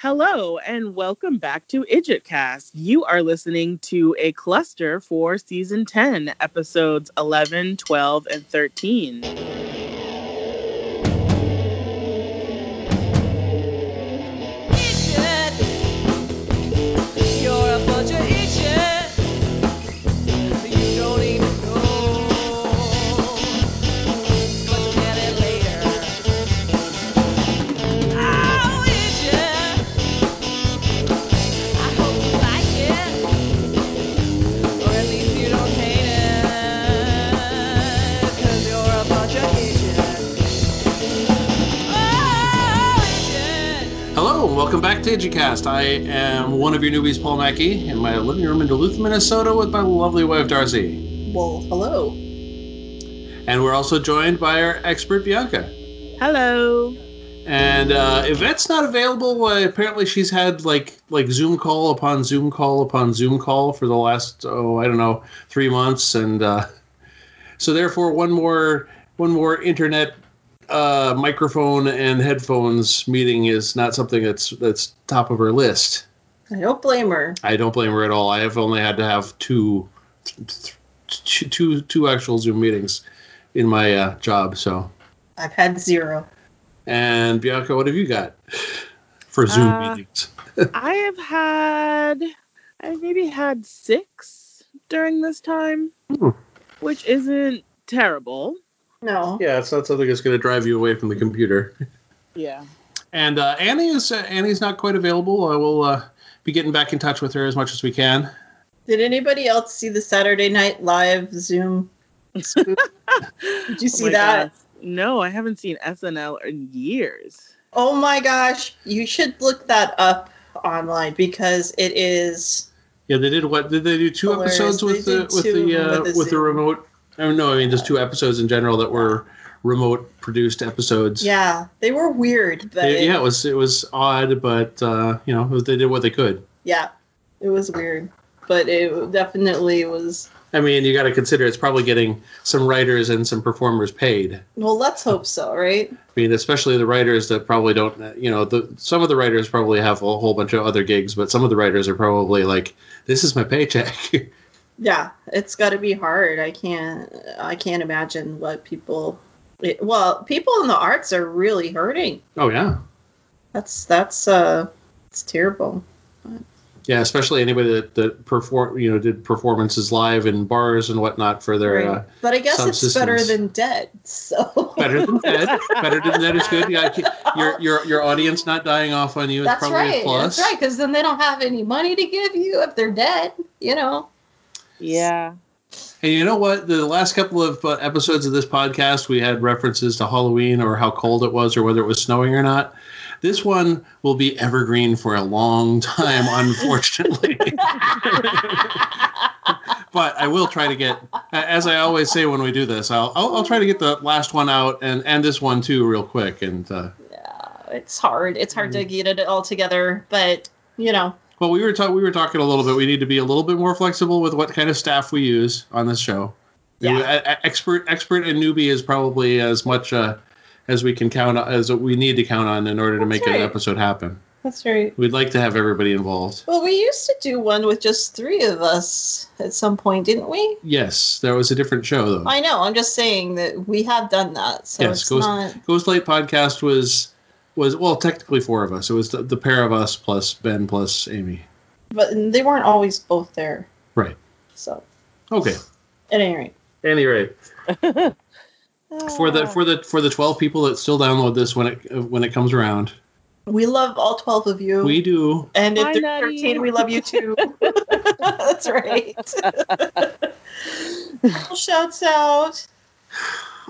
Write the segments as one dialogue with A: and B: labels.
A: Hello and welcome back to IdgetCast. You are listening to a cluster for season 10, episodes 11, 12, and 13.
B: Idiot. You're a bunch of idiots. You don't even know. But you'll get it later. Oh, idiot. I hope you like it. Or at least you don't hate it. Cause you're a bunch of idiots. Oh, idiot.
C: Hello and welcome back to Digicast. I am one of your newbies, Paul Mackey, in my living room in Duluth, Minnesota, with my lovely wife, Darcy.
D: Well, hello.
C: And we're also joined by our expert, Bianca.
A: Hello.
C: And uh, Yvette's not available. Uh, apparently, she's had like like Zoom call upon Zoom call upon Zoom call for the last oh I don't know three months, and uh, so therefore one more one more internet uh, microphone and headphones meeting is not something that's that's top of her list.
D: I don't blame her.
C: I don't blame her at all. I have only had to have two, th- th- two, two actual Zoom meetings in my uh, job. So,
D: I've had zero.
C: and Bianca, what have you got for Zoom
A: Uh,
C: meetings?
A: I have had, I've maybe had six during this time,
C: Hmm.
A: which isn't terrible.
D: No.
C: Yeah, it's not something that's going to drive you away from the computer.
A: Yeah.
C: And uh, Annie is uh, Annie's not quite available. I will uh, be getting back in touch with her as much as we can.
D: Did anybody else see the Saturday Night Live Zoom? spoof? Did
C: Oh
D: you see that?
A: Oh No, I haven't seen SNL in years.
D: Oh my gosh. You should look that up online because it is.
C: Yeah, they did what? Did they do two
D: Hilarious.
C: episodes with
D: They
C: the
D: did
C: with
D: two
C: the
D: of
C: uh,
D: them with
C: with,
D: the
C: the
D: Zoom.
C: remote? Oh no, I mean just two episodes in general that were remote produced episodes.
D: Yeah. They were weird, but.
C: They-
D: it-
C: yeah, it was it was odd, but uh, you know they did what they could.
D: yeah. It was weird. But it definitely was.
C: I mean, you got to consider it's probably getting some writers and some performers paid.
D: Well, let's hope so, right?
C: I mean, especially the writers that probably don't, you know, the, some of the writers probably have a whole bunch of other gigs, but some of the writers are probably like, "This is my paycheck."
D: yeah it's got to be hard i can't i can't imagine what people it, well people in the arts are really hurting
C: oh yeah,
D: that's that's uh it's terrible
C: yeah. Especially anybody that that perform, you know, did performances live in bars and whatnot for their. Uh,
D: right? but i guess it's better
C: subsistence.
D: than dead so
C: Better than dead. Better than dead is good. Yeah, I can- your your your audience not dying off on you is
D: that's
C: probably
D: right
C: a plus.
D: that's right because then they don't have any money to give you if they're dead you know
A: Yeah.
C: And you know what? The last couple of uh, episodes of this podcast, we had references to Halloween or how cold it was or whether it was snowing or not. This one will be evergreen for a long time, unfortunately. but I will try to get, as I always say when we do this, I'll, I'll, I'll try to get the last one out and, and this one too, real quick. And, uh,
D: it's hard it's hard
C: Mm-hmm.
D: to get it all together but you know
C: well, we were, ta- we were talking a little bit. We need to be a little bit more flexible with what kind of staff we use on this show.
D: yeah
C: Yeah. e-, expert, expert, and newbie is probably as much uh, as we can count on, as we need to count on in order to
D: That's
C: make
D: right.
C: an episode happen.
D: that's right
C: We'd like to have everybody involved.
D: well we used to do one with just three of us at some point didn't we
C: Yes, that was a different show though.
D: I know. I'm just saying that we have done that, so
C: Hmm. Yes,
D: it's
C: goes-
D: not.
C: Ghostlight podcast was was well technically four of us. It was the, the pair of us plus Ben plus Amy.
D: But they weren't always both there.
C: Right.
D: So
C: Okay.
D: at any rate,
C: Any rate, for
D: Ah,
C: the for the for the twelve people that still download this when it when it comes around,
D: we love all twelve of you.
C: we do.
D: and if
A: Hi,
D: there's
A: Nutty.
D: thirteen, we love you too. That's right. Little Shouts out.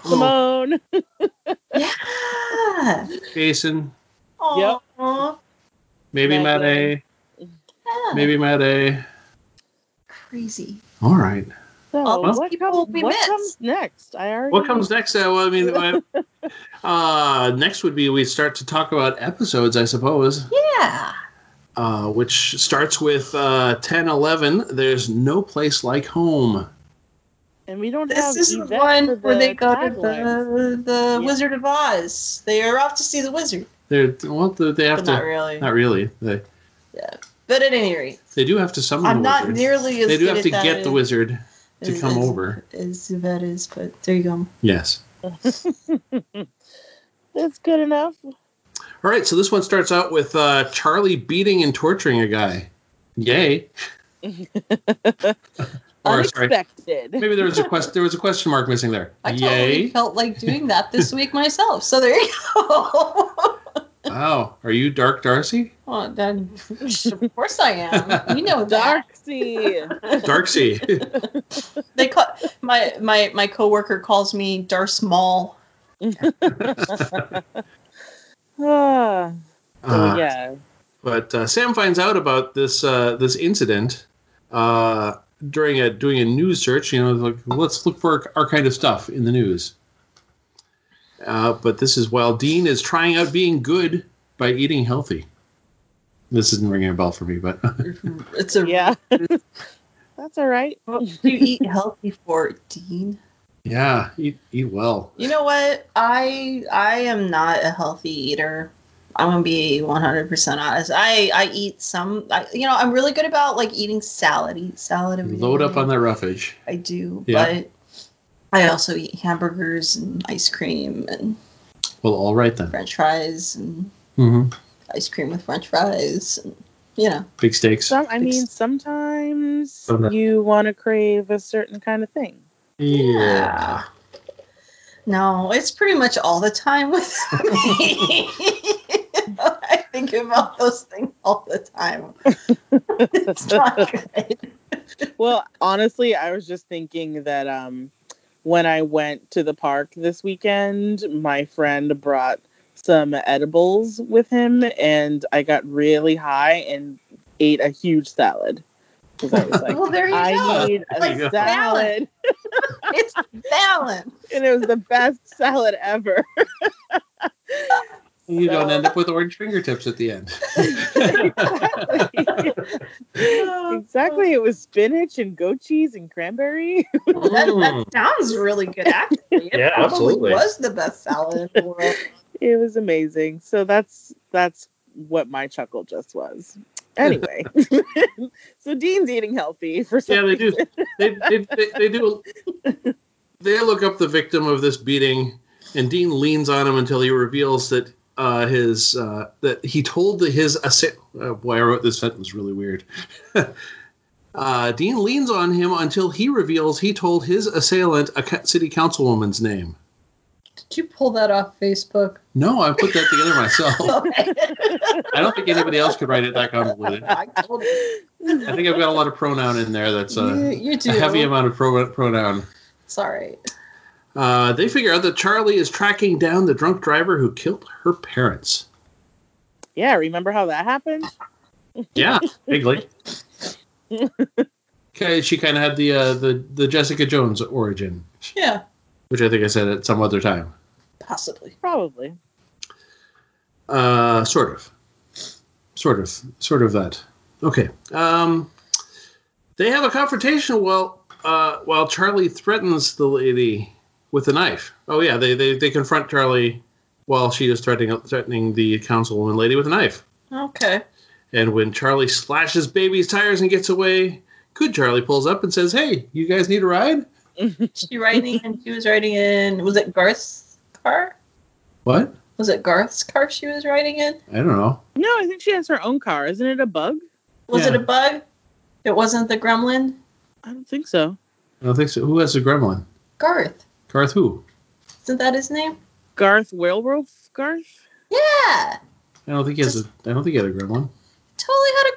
A: Simone.
D: Yeah.
C: Jason,
A: Yep.
D: Aw.
C: maybe Matt A,
D: Yeah.
C: maybe Matt A.
D: Crazy.
C: All right.
A: So
D: All those
A: what,
D: people
A: comes,
D: we
A: what
D: met.
A: comes next? I already
C: What comes next? Uh, well, I mean, uh, uh, next would be we start to talk about episodes, I suppose,
D: Yeah.
C: uh, which starts with uh, 10 11. There's no place like home.
A: and we don't have
D: This is the
A: Yvette
D: one
A: for
D: where
A: the
D: they go to
A: taglines.
D: the, the
A: Yeah.
D: Wizard of Oz. They are off to see the wizard.
C: They're well, they they have
D: but
C: to.
D: not really.
C: Not really. They
D: But at any rate,
C: they do have to summon.
D: I'm
C: the
D: not
C: wizard.
D: nearly as
C: They do
D: good
C: have to
D: at that
C: get the
D: as-
C: wizard to
D: as-
C: come
D: as-
C: over.
D: As Zubat is, but there you go.
C: Yes.
A: That's good enough.
C: All right. So this one starts out with uh, Charlie beating and torturing a guy. Yay. or sorry,
A: Unexpected.
C: maybe there was a quest. There was a question mark missing there.
D: I totally
C: Yay.
D: felt like doing that this week myself. So there you go.
C: Wow. Are you Dark Darcy?
D: well, then, of course I am. You know that.
A: Darcy.
C: Darcy.
D: They call my my my coworker calls me Dar Small.
A: Ah, so,
C: Uh,
A: yeah.
C: But uh, Sam finds out about this uh, this incident uh, during a doing a news search. You know, like let's look for our kind of stuff in the news. Uh, but this is while Dean is trying out being good by eating healthy. This isn't ringing a bell for me, but
D: It's a
A: Yeah. That's all right.
D: What do you eat healthy for, Dean?
C: yeah, eat eat well.
D: You know what? I I am not a healthy eater. I'm gonna be 100% honest. I I eat some. I, you know, I'm really good about like eating salad. Eat salad every day.
C: Load up on that roughage.
D: I do,
C: Yeah.
D: but I also eat hamburgers and ice cream and
C: Well, all right then.
D: French fries and
C: Mm-hmm.
D: ice cream with French fries. And, you know,
C: Big steaks.
A: Some, I mean, sometimes
C: Okay.
A: you want to crave a certain kind of thing.
C: Yeah.
D: no, it's pretty much all the time with me. I think about those things all the time. it's not good.
A: Well, honestly, I was just thinking that um, when I went to the park this weekend, my friend brought some edibles with him, and I got really high and ate a huge salad. 'Cause I was like,
D: Well, there you
A: I
D: go.
A: need
C: There you
A: a
C: go.
A: salad.
D: It's balance.
A: And it was the best salad ever.
C: You don't
A: So-
C: end up with orange fingertips at the end.
A: exactly. It was spinach and goat cheese and cranberry.
D: That,
C: Mm.
D: that sounds really good, actually. It
C: Yeah,
D: probably
C: absolutely.
D: was the best salad in the world.
A: It was amazing. So that's that's what my chuckle just was. Anyway, so Dean's eating healthy for some
C: yeah, they do.
A: reason.
C: They, they, they, they do. They look up the victim of this beating, and Dean leans on him until he reveals that uh, his uh, that he told the, his assa- uh, boy. I wrote this sentence really weird. uh, Dean leans on him until he reveals he told his assailant a ca- city councilwoman's name.
D: Did you pull that off Facebook? Oh,
C: No, I put that together myself. I don't think anybody else could write it that convoluted.
D: I told you.
C: I think I've got a lot of pronoun in there. That's
D: you,
C: uh,
D: you do.
C: a heavy amount of pro- pronoun.
D: Sorry.
C: Uh, they figure out that Charlie is tracking down the drunk driver who killed her parents.
A: Yeah, remember how that happened?
C: Yeah, bigly. okay, she kind of had the uh, the the Jessica Jones origin,
D: Yeah,
C: which I think I said at some other time.
D: possibly.
A: Probably.
C: Uh, sort of, sort of, sort of that. Okay. Um, they have a confrontation while uh, while Charlie threatens the lady with a knife. Oh yeah, they they, they confront Charlie while she is threatening threatening the councilwoman lady with a knife.
D: Okay.
C: And when Charlie slashes baby's tires and gets away, good Charlie pulls up and says, "Hey, you guys need a ride?"
D: She writing and she was writing in. Was it Garth's car?
C: What?
D: Was it Garth's car she was riding in?
C: I don't know.
A: No, I think she has her own car. Isn't it a bug?
D: Was
C: Yeah.
D: it a bug? It wasn't the gremlin.
A: I don't think so.
C: I don't think so. Who has a gremlin?
D: Garth.
C: Garth who?
D: Isn't that his name?
A: Garth Werewolf Garth?
D: Yeah.
C: I don't think he has a. I don't think he had a gremlin.
D: Totally had a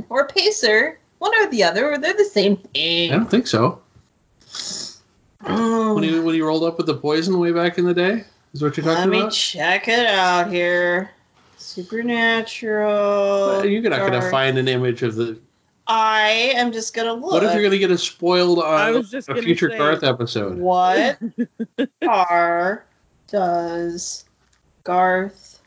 D: gremlin or pacer. One or the other, or they're the same
C: I
D: thing.
C: don't think so.
D: Mm. Oh,
C: When he when he rolled up with the poison way back in the day, is what you're
D: Let
C: talking
D: me
C: about?
D: check it out here. Supernatural.
C: Well, You're not going to
D: Garth.
C: find an image of the.
D: I am just gonna look.
C: What if you're going to get us spoiled
A: I
C: on
A: was just
C: Uh, a
A: gonna
C: future
A: say-
C: Garth episode?
D: What car does Garth?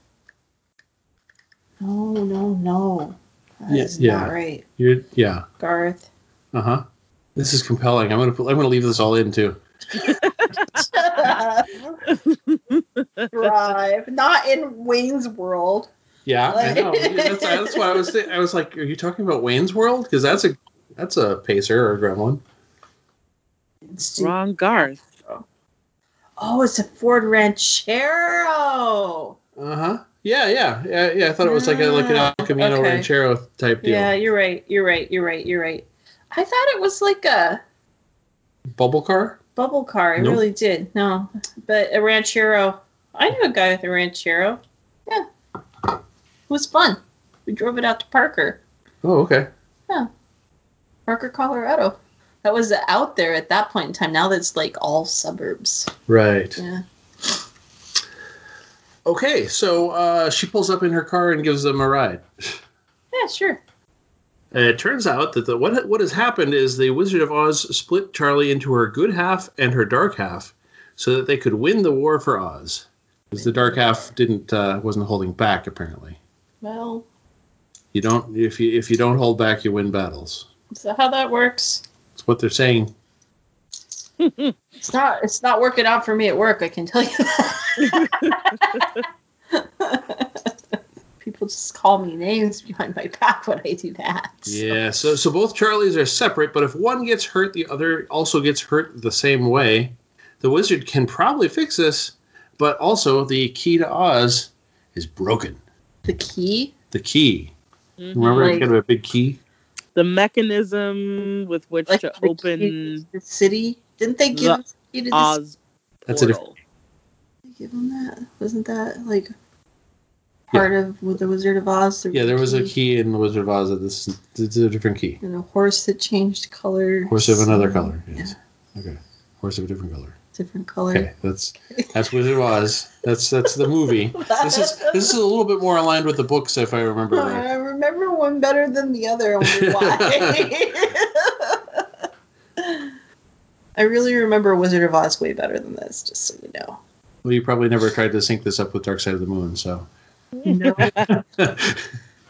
D: No, no, no. That's
C: Yeah, yeah.
D: not right.
C: You're, yeah. uh-huh.
D: Garth.
C: Uh huh. This is compelling. I'm going to. I'm going to leave this all in too.
D: drive. Not in Wayne's World.
C: Yeah, I
D: Like-
C: know. That's, that's why I was. Th- I was like, "Are you talking about Wayne's World?" Because that's a that's a pacer or a gremlin.
D: It's-
A: Wrong Garth.
D: Oh, it's a Ford Ranchero.
C: Uh huh. Yeah, yeah, yeah, yeah. I thought it was like a like an El Camino
D: Uh-huh. Ah, Okay.
C: Ranchero type deal.
D: Yeah, you're right. You're right. You're right. You're right. I thought it was like a
C: Bubble car.
D: bubble car. I
C: Nope.
D: really did. No, but a ranchero. I knew a guy with a ranchero. Yeah, it was fun. We drove it out to Parker,
C: Oh, okay.
D: Parker, Colorado. That was out there at that point in time. Now that's like all suburbs.
C: Right.
D: Yeah.
C: Okay, so uh, she pulls up in her car and gives them a ride.
D: Yeah, sure.
C: And it turns out that the, what what has happened is the Wizard of Oz split Charlie into her good half and her dark half, so that they could win the war for Oz. Because the dark half didn't uh, wasn't holding back apparently.
D: Well,
C: You don't if you if you don't hold back, you win battles.
D: is that how that works?
C: That's what they're saying.
D: It's not. It's not working out for me at work. I can tell you that. People just call me names behind my back when I do that.
C: Yeah. So so both Charlies are separate, but if one gets hurt, the other also gets hurt the same way. The wizard can probably fix this, but also the key to Oz is broken.
D: The key.
C: The key.
A: Mhm.
C: Remember, it's
D: Like-
C: kind of a big key.
A: The mechanism with which
D: like
A: to
D: the
A: open
D: key to the city. Didn't they give
A: The uh,
D: the key to the city?
A: Oz
C: That's a diff-
A: portal.
D: Give them that? Wasn't that like part of with the Wizard of Oz?
C: Yeah, there was a key in The Wizard of Oz. That this is, this is a different key.
D: and a horse that changed color.
C: Horse of another color. Yes. Okay. Horse of a different color.
D: Different color.
C: Okay, that's that's Wizard of Oz. That's that's the movie. This is this is a little bit more aligned with the books, if I remember right.
D: I remember one better than the other. I wonder why. I really remember Wizard of Oz way better than this, just so you know.
C: Well, you probably never tried to sync this up with Dark Side of the Moon, so.
D: No,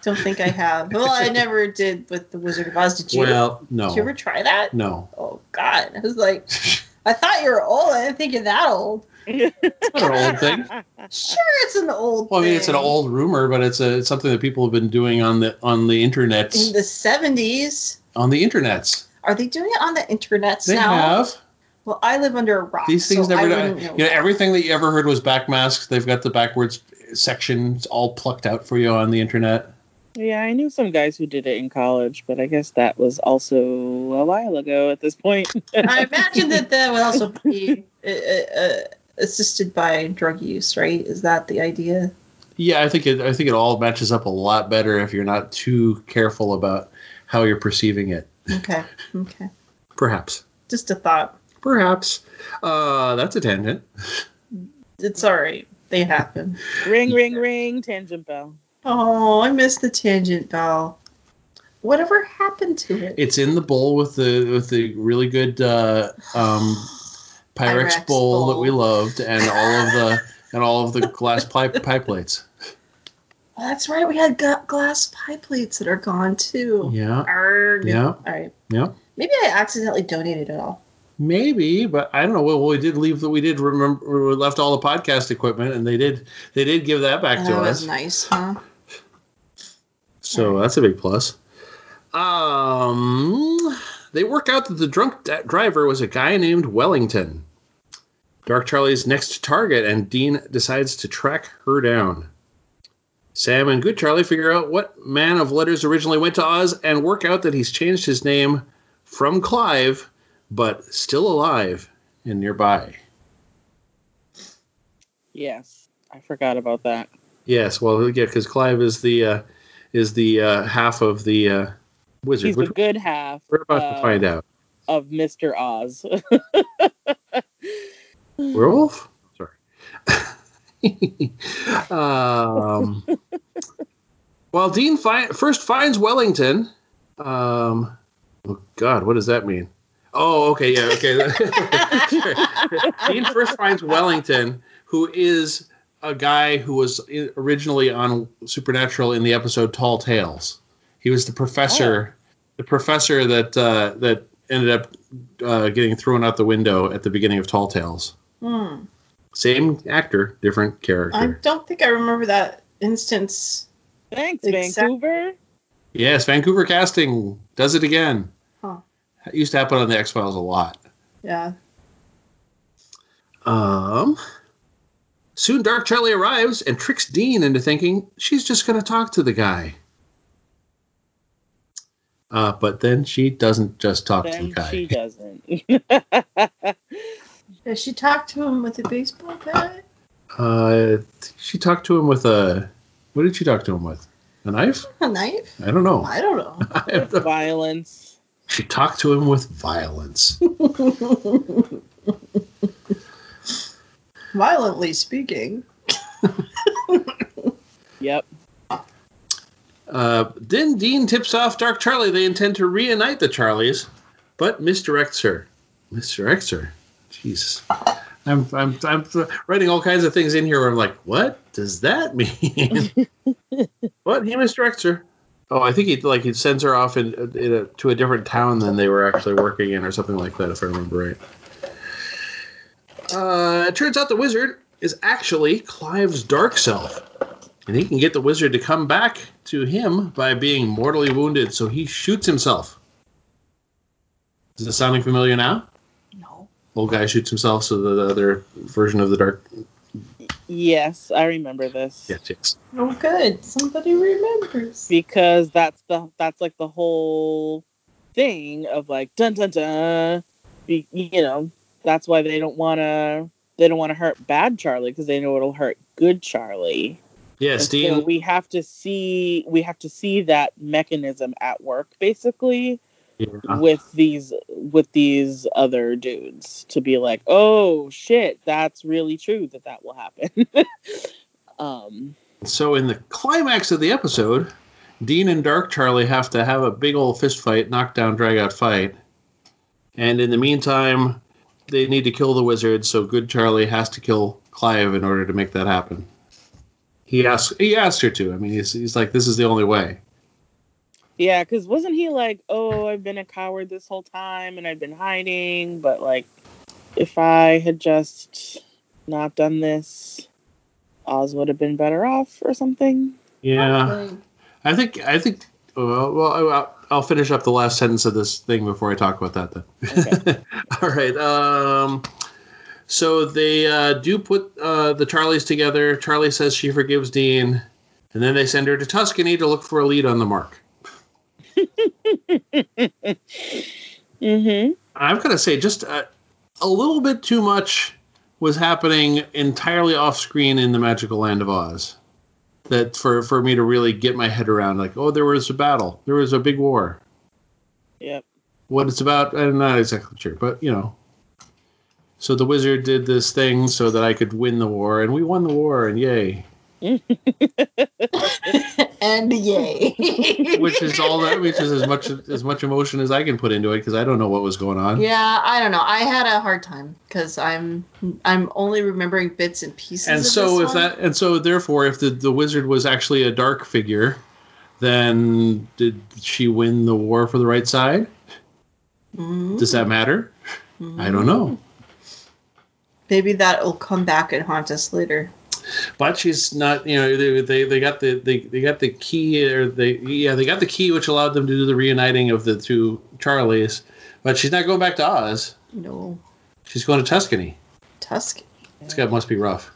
D: don't think I have. Well, I never did with the Wizard of Oz. Did you?
C: well,
D: Did you ever
C: no,
D: try that?
C: no.
D: Oh God! I was like, I thought you were old. I didn't think you're that old.
C: It's not an old thing.
D: Sure, it's an old.
C: Well, I mean, it's an
D: thing.
C: old rumor, but it's a it's something that people have been doing on the on the internets.
D: In the seventies,
C: on the internets,
D: are they doing it on the internet
C: they
D: now?
C: have
D: Well, I live under a rock.
C: these things
D: so
C: never.
D: I
C: die.
D: wouldn't know.
C: You know, everything that you ever heard was backmasks. They've got the backwards section it's all plucked out for you on the internet.
A: Yeah, I knew some guys who did it in college, but I guess that was also a while ago at this point.
D: I imagine that that would also be uh, uh, assisted by drug use, right? Is that the idea?
C: Yeah, I think it, I think it all matches up a lot better if you're not too careful about how you're perceiving it.
D: Okay, okay.
C: Perhaps,
D: Just a thought.
C: perhaps uh, that's a tangent.
D: It's all right. They happen.
A: ring, ring, ring, tangent bell.
D: Oh, I missed the tangent bell. Whatever happened to it?
C: It's in the bowl with the with the really good uh, um, Pyrex,
D: Pyrex
C: bowl, that
D: bowl.
C: we loved, and all of the and all of the glass pie, pie plates.
D: Oh, that's right. We had gu- glass pie plates that are gone too.
C: Yeah,
D: Arrgh.
C: Yeah.
D: All right.
C: yeah.
D: Maybe I accidentally donated it all.
C: Maybe, but I don't know. Well, we did leave. We did remember. We left all the podcast equipment, and they did. They did give that back to
D: that
C: us.
D: was nice, huh?
C: So that's a big plus. Um, they work out that the drunk d- driver was a guy named Wellington. Dark Charlie's next target, and Dean decides to track her down. Sam and Good Charlie figure out what man of letters originally went to Oz and work out that he's changed his name from Clive, but still alive and nearby.
A: Yes, I forgot about that.
C: Yes, well, yeah, because Clive is the uh, is the uh, half of the uh, wizard,
A: He's the
C: which
A: good half
C: we're about to
A: uh,
C: find out.
A: of Mr. Oz.
C: werewolf sorry um, while dean fi- first finds wellington um, oh god what does that mean oh okay yeah okay dean first finds wellington who is a guy who was i- originally on supernatural in the episode tall tales he was the professor the professor that uh, that ended up uh, getting thrown out the window at the beginning of tall tales
D: Hmm.
C: Same actor, different character.
D: I don't think I remember that instance.
A: Thanks,
D: Exactly.
A: Vancouver.
C: yes, Vancouver casting does it again.
D: Huh.
C: It used to happen on the X Files a lot.
D: Yeah.
C: Um, soon Dark Charlie arrives and tricks Dean into thinking she's just going to talk to the guy. Uh, but then she doesn't just talk to the
A: Then
C: guy.
A: she doesn't.
D: Does she talk to him with a baseball bat?
C: Uh, she talked to him with a. What did she talk to him with? A knife?
D: A knife?
C: I don't know.
D: I don't know.
C: I have no-
A: Violence.
C: she talked to him with violence.
D: Violently speaking.
A: Yep.
C: Uh, then Dean tips off Dark Charlie they intend to reunite the Charlies, but misdirects her. Misdirects her. Jesus. I'm, I'm, I'm writing all kinds of things in here where I'm like, what does that mean? what? He misdirects her. Oh, I think he like he sends her off in, in a, to a different town than they were actually working in, or something like that, if I remember right. Uh, it turns out the wizard is actually Clive's dark self, and he can get the wizard to come back to him by being mortally wounded, so he shoots himself. Is it sounding familiar now?
D: No.
C: Old guy shoots himself, so the, the other version of the dark.
A: Yes, I remember this.
C: Yes, yes.
D: No Oh, good. Somebody remembers.
A: Because that's the that's like the whole thing of like dun dun dun. Be, you know, that's why they don't want to they don't want to hurt bad Charlie because they know it'll hurt good Charlie.
C: Yes,
A: And so
C: Dean.
A: we have to see we have to see that mechanism at work basically
C: Yeah.
A: with these with these other dudes to be like, "Oh shit, that's really true that that will happen." um
C: So in the climax of the episode, Dean and Dark Charlie have to have a big old fist fight, knockdown, drag out fight. And in the meantime, they need to kill the wizard, so good Charlie has to kill Clive in order to make that happen. He asks he asked her to. I mean he's, he's like, This is the only way.
A: yeah, cuz wasn't he like, "Oh, I've been a coward this whole time and I've been hiding, but like if I had just not done this, Oz would have been better off or something."
C: Yeah.
D: Like,
C: I think I think well, well I- I'll, I'll finish up the last sentence of this thing before I talk about that then. All right. Um, so they uh, do put uh, the Charlies together. Charlie says she forgives Dean, and then they send her to Tuscany to look for a lead on the mark.
A: Mhm.
C: I'm gonna say just a, a little bit too much was happening entirely off screen in the Magical Land of Oz. That for for me to really get my head around, like, oh, there was a battle, there was a big war.
A: Yep.
C: what it's about. I'm not exactly sure, but you know. So the wizard did this thing so that I could win the war, and we won the war, and yay!
D: and yay.
C: Which is all that, which is as much as much emotion as I can put into it because I don't know what was going on.
D: Yeah, I don't know. I had a hard time because I'm I'm only remembering bits and pieces.
C: And
D: of
C: so
D: this
C: if
D: one.
C: that, and so therefore, if the the wizard was actually a dark figure, then did she win the war for the right side?
D: Mhm.
C: Does that matter? I don't know.
D: Mm-hmm. Maybe that will come back and haunt us later.
C: but she's not you know they, they, they got the they, they got the key or they yeah they got the key which allowed them to do the reuniting of the two charlies but she's not going back to oz
D: No,
C: she's going to tuscany
D: Tusk.
C: it's got must be rough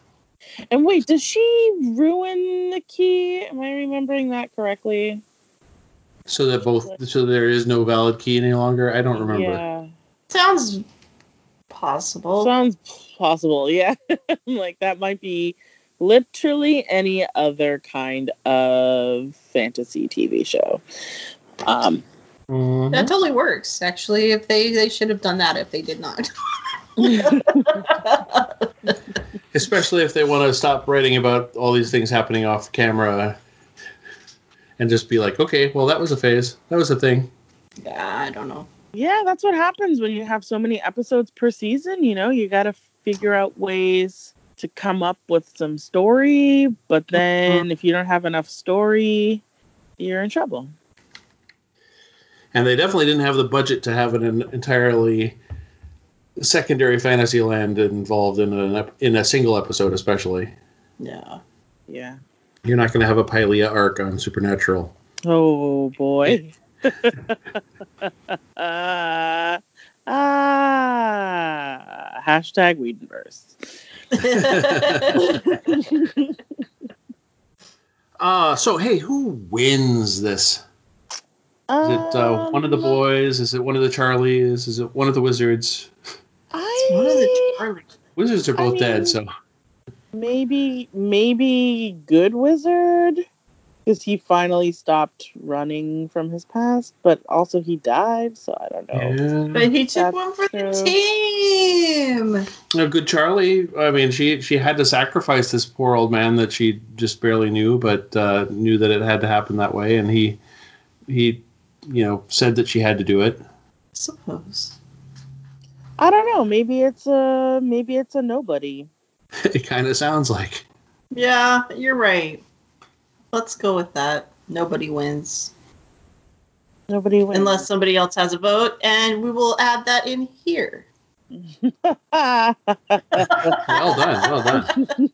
A: And wait, does she ruin the key? Am I remembering that correctly?
C: so that both so there is no valid key any longer i don't remember
A: Yeah.
D: Sounds possible.
A: Sounds possible. Yeah. I'm like that might be literally any other kind of fantasy TV show. Um
C: Mhm.
D: that totally works, actually. If they they should have done that, if they did not.
C: especially if they want to stop writing about all these things happening off camera and just be like okay well that was a phase that was a thing
D: yeah, I don't know.
A: yeah, that's what happens when you have so many episodes per season, you know, you got to figure out ways to come up with some story, but
C: Mm-hmm.
A: then if you don't have enough story, you're in trouble.
C: and they definitely didn't have the budget to have an en- entirely secondary fantasy land involved in an ep- in a single episode, especially.
D: Yeah.
A: Yeah.
C: You're not going to have a Pylea arc on Supernatural.
A: Oh boy. Ah. ah. Hashtag Whedonverse.
C: Uh, so hey, who wins this? Is it uh, one of the
A: Um,
C: boys? Is it one of the Charlies? Is it one of the wizards?
A: I
D: One of the Charlies.
C: Wizards are both
A: mean-
C: dead, so
A: maybe maybe good wizard because he finally stopped running from his past, but also he died, so I don't know.
C: yeah.
D: But he took
A: That's
D: one for the
A: true.
D: team.
C: No, good Charlie. I mean, she she had to sacrifice this poor old man that she just barely knew, but uh, knew that it had to happen that way, and he he you know said that she had to do it.
D: suppose.
A: I don't know. Maybe it's a maybe it's a nobody.
C: It kind of sounds like
D: Yeah, you're right. Let's go with that. Nobody wins.
A: Nobody wins.
D: Unless somebody else has a vote, and we will add that in here.
A: Ah.
C: well done, well done.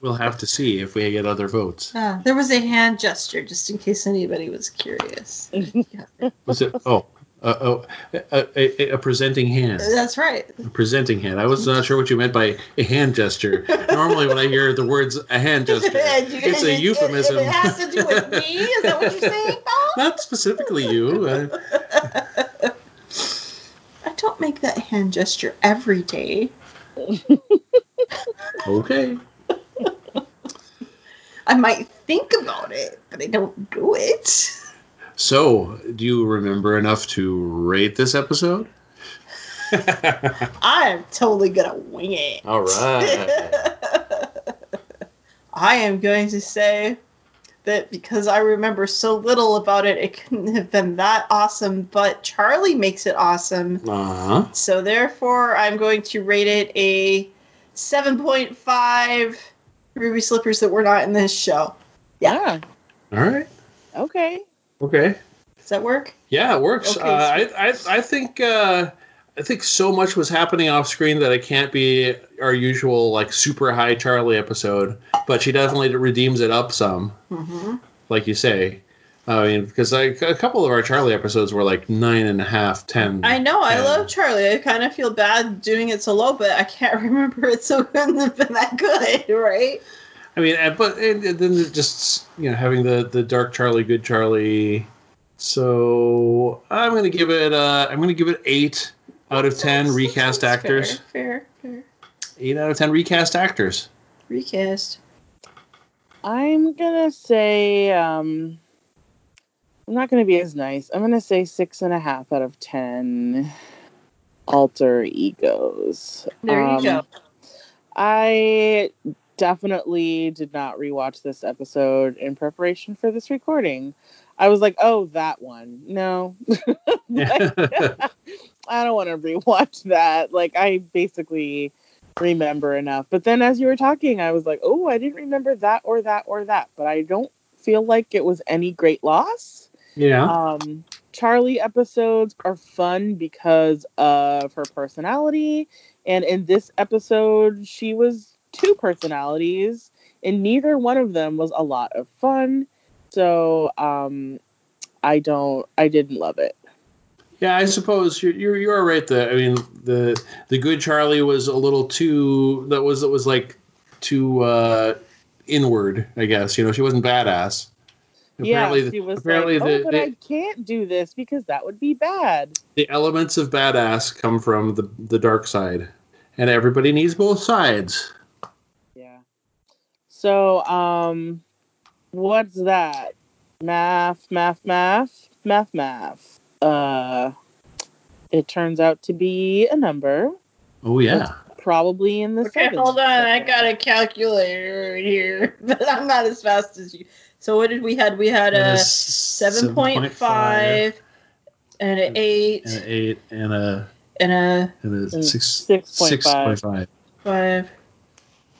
C: we'll have to see if we get other votes.
D: Ah, there was a hand gesture just in case anybody was curious. Yeah.
C: Was it? Oh, uh, oh, a, a, a presenting hand.
D: That's right.
C: A presenting hand. I was not sure what you meant by a hand gesture. Normally, when I hear the words a hand gesture, it's a euphemism.
D: It, has to do with me. Is that what you're saying, Bob?
C: Not specifically you. Uh,
D: I don't make that hand gesture every day.
C: okay.
D: I might think about it, but I don't do it.
C: So, do you remember enough to rate this episode? Uh-huh.
D: I'm totally gonna wing it.
C: All right.
D: I am going to say that because I remember so little about it, it couldn't have been that awesome, but Charlie makes it awesome.
C: Uh huh.
D: So therefore, I'm going to rate it a 7.5 ruby slippers that were not in this show.
A: yeah.
C: All right.
A: Ah, Okay.
C: Okay.
D: Does that work?
C: Yeah, it works.
D: Okay,
C: uh, I, I I think uh, I think so much was happening off screen that it can't be our usual like super high Charlie episode, but she definitely redeems it up some,
D: Mm-hmm.
C: like you say. I mean, because like a couple of our Charlie episodes were like nine and a half, ten.
D: I know. I
C: Yeah.
D: love Charlie. I kind of feel bad doing it so low, but I can't remember it, so it couldn't have been that good, right?
C: I mean, and- but and, and then it just you know having the the dark Charlie, good Charlie. So I'm gonna give it. Uh, I'm gonna give it eight out of ten
D: That's-
C: recast
D: that's fair,
C: actors.
D: Fair, fair.
C: Eight out of ten recast actors.
D: Recast.
A: I'm gonna say um I'm not gonna be as nice. I'm gonna say six and a half out of ten alter egos.
D: There you
A: Um,
D: go.
A: I definitely did not rewatch this episode in preparation for this recording. I was like, oh, that one. No, I don't want to rewatch that. Like, I basically remember enough. But then as you were talking, I was like, oh, I didn't remember that or that or that. But I don't feel like it was any great loss.
C: yeah.
A: Um, Charlie episodes are fun because of her personality. And in this episode, she was two personalities, and neither one of them was a lot of fun. So, um, I don't, I didn't love it.
C: Yeah, I suppose you're you're, you're right. The I mean the the good Charlie was a little too that was that was like too uh, inward. I guess you know she wasn't badass.
A: yeah, she was
C: apparently
A: like, oh,
C: the,
A: but
C: the,
A: I can't do this because that would be bad.
C: the elements of badass come from the the dark side, and everybody needs both sides.
A: Yeah. So, um, what's that? Math, math, math, math, math. Uh, it turns out to be a number,
C: Oh yeah,
D: uh,
A: probably in the
D: Okay,
A: sevens
D: hold on. I
A: somewhere.
D: got a calculator right here, but I'm not as fast as you. So what did we had? We had a seven point five and an eight
C: and a eight and a
D: and a
C: and a
A: Mm,
C: six
A: six point five.
C: 6.5.
D: five.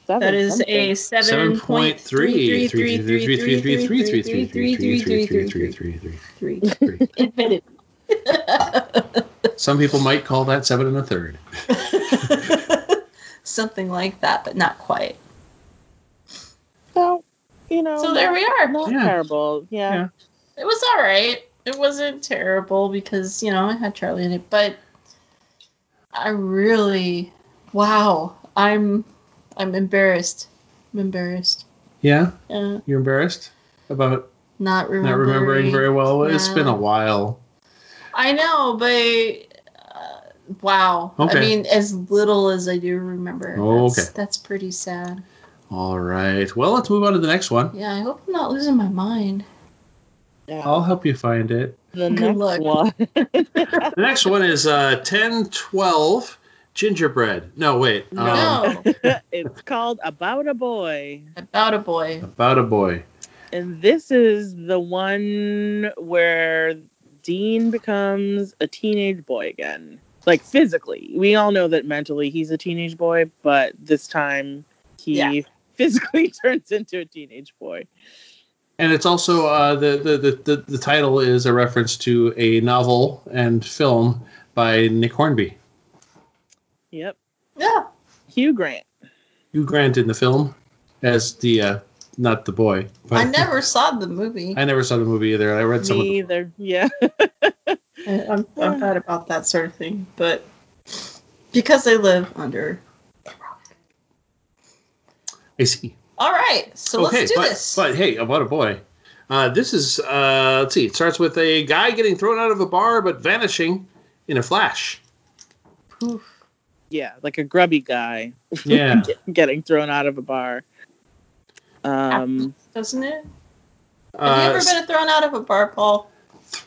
A: Seven
D: That is
A: something.
D: a seven point three three three three three three three three three three three three three three three three. Infinite.
C: Some people might call that seven and a third.
D: Something like that, but not quite.
A: So, you know,
D: So there we are.
A: not
C: Yeah.
A: terrible. Yeah.
C: Yeah.
D: It was all right. It wasn't terrible because, you know, I had Charlie in it, but I really wow. I'm I'm embarrassed. I'm embarrassed.
C: Yeah,
D: Yeah.
C: you're embarrassed about
D: Not remembering.
C: not remembering very well. It's
D: Yeah.
C: been a while.
D: I know, but uh, wow.
C: Okay.
D: I mean, as little as I do remember.
C: Oh,
D: that's,
C: okay.
D: That's pretty sad.
C: All right. Well, let's move on to the next one.
D: Yeah, I hope I'm not losing my mind.
A: Yeah.
C: I'll help you find it.
A: the
D: Oh, Good
A: next
D: luck.
A: one.
C: The next one is uh, 10 12 gingerbread. No, wait. Um,
D: No.
A: it's called About a Boy.
D: About a boy.
C: about a boy.
A: And this is the one where Dean becomes a teenage boy again. Like physically. We all know that mentally he's a teenage boy, but this time he
D: Yeah.
A: physically turns into a teenage boy.
C: And it's also uh, the, the, the, the, the title is a reference to a novel and film by Nick Hornby.
A: Yep.
D: Yeah.
A: Hugh Grant.
C: Hugh Grant in the film as the, uh, not the boy.
D: I never saw the movie.
C: I never saw the movie either. I read some of
A: Me
C: the,
A: either. Yeah.
D: I- I'm, I'm bad about that sort of thing, but because I live under.
C: I see.
D: All right, so let's do
C: but,
D: this.
C: But hey, about a boy. Uh, this is uh, let's see. It starts with a guy getting thrown out of a bar but vanishing in a flash.
D: Poof.
A: Yeah. Like a grubby guy
C: Yeah,
A: getting thrown out of a bar. Um
D: Doesn't it? Have you
C: uh,
D: ever been thrown out of a bar, Paul?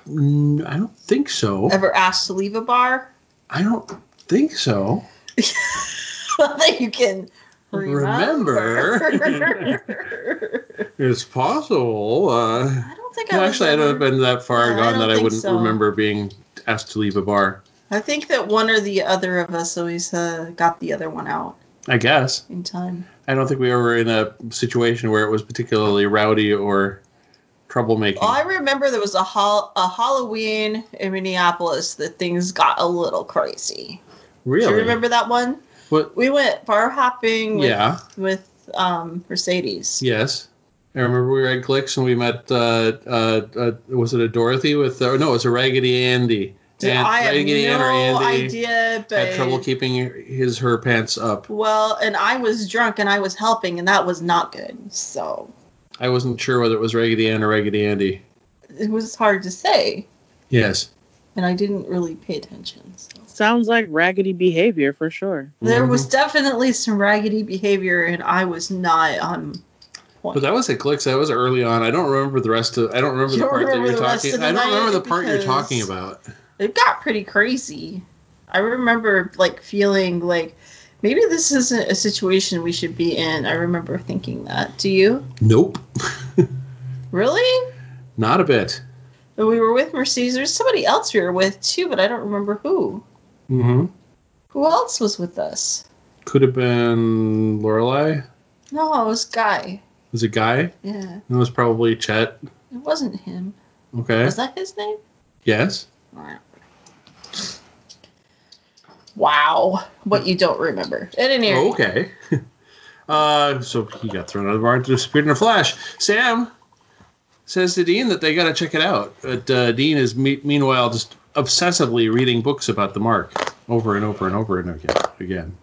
C: mm, I don't think so.
D: Ever asked to leave a bar?
C: I don't think so.
D: that you can
C: Remember.
D: remember.
C: It's possible. Uh,
D: I don't think
C: no,
D: I
C: actually, I don't have
D: remember.
C: been that far
D: No, I
C: gone
D: don't
C: that I
D: think
C: wouldn't
D: so.
C: remember being asked to leave a bar.
D: I think that one or the other of us always uh, got the other one out
C: I guess
D: in time.
C: I don't think we were in a situation where it was particularly rowdy or troublemaking.
D: Well, I remember there was a, hol- a Halloween in Minneapolis that things got a little crazy.
C: really?
D: Do you remember that one?
C: What?
D: We went bar hopping with,
C: Yeah.
D: with um, Mercedes.
C: Yes. I remember we were at Glicks and we met, uh, uh, uh, was it a Dorothy with, uh, no, it was a Raggedy Andy.
D: Dude,
C: And
D: I have
C: Raggedy Ann or
D: no
C: Andy
D: idea, but
C: Had trouble keeping his, her pants up.
D: well, and I was drunk and I was helping, and that was not good. So
C: I wasn't sure whether it was Raggedy Ann or Raggedy Andy.
D: it was hard to say,
C: Yes.
D: and I didn't really pay attention. So.
A: sounds like raggedy behavior for sure.
D: There was
C: Mhm.
D: definitely some raggedy behavior, and I was not on point.
C: But that was at Glicks. That was early on. I don't remember the rest of, I don't remember
D: You
C: the
D: don't
C: part
D: remember
C: that you're
D: the rest
C: talking
D: of the
C: I don't
D: night
C: remember the part you're
D: because-
C: talking about.
D: it got pretty crazy. I remember like feeling like maybe this isn't a situation we should be in. I remember thinking that. Do you?
C: Nope.
D: Really?
C: Not a bit.
D: But We were with Mercedes. There's somebody else we were with too, but I don't remember who.
C: hmm
D: Who else was with us?
C: Could have been Lorelei.
D: No, it was Guy.
C: Was a guy.
D: Yeah.
C: That was probably Chet.
D: It wasn't him.
C: Okay.
D: Was that his name?
C: yes.
D: Wow. What you don't remember. At any rate.
C: Oh, Okay. Uh, so he got thrown out of the bar and disappeared in a flash. Sam says to Dean that they got to check it out. But uh, Dean is me- meanwhile just obsessively reading books about the mark over and over and over and again, again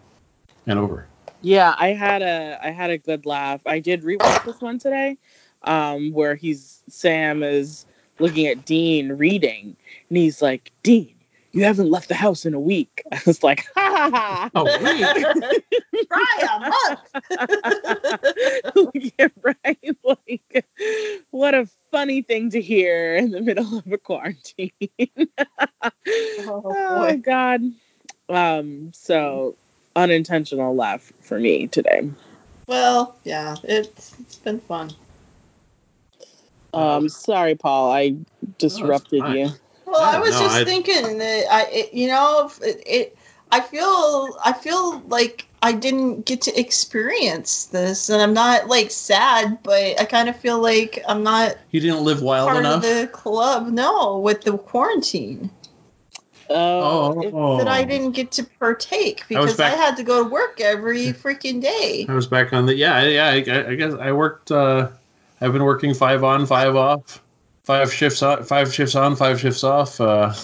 C: and over.
A: Yeah, I had a I had a good laugh. I did rewatch this one today, um, where he's Sam is looking at Dean reading, and he's like, "Dean, you haven't left the house in a week." I was like, "Ha ha
C: Oh, wait.
D: Try a month.
A: ha!" yeah, right. Like, what a funny thing to hear in the middle of a quarantine.
D: Oh,
A: oh my
D: boy.
A: god. Um, so unintentional laugh for me today.
D: Well, yeah, it's it's been fun.
A: Um, sorry, Paul, I disrupted
C: fine.
A: you.
D: Well,
C: Yeah,
D: I was
C: no,
D: just
C: I-
D: thinking that I, it, you know, if it, it. I feel I feel like I didn't get to experience this, and I'm not like sad, but I kind of feel like I'm not
C: You didn't live wild
D: part
C: enough?
D: of the club. No, with the quarantine.
A: Oh,
C: Oh,
D: It's that I didn't get to partake
C: I was
D: because I,
C: back-
D: had to go to work every freaking day.
C: I was back on the yeah yeah. I, I guess I worked. Uh, I've been working five on, five off, five shifts on, five shifts on, five shifts off. Uh,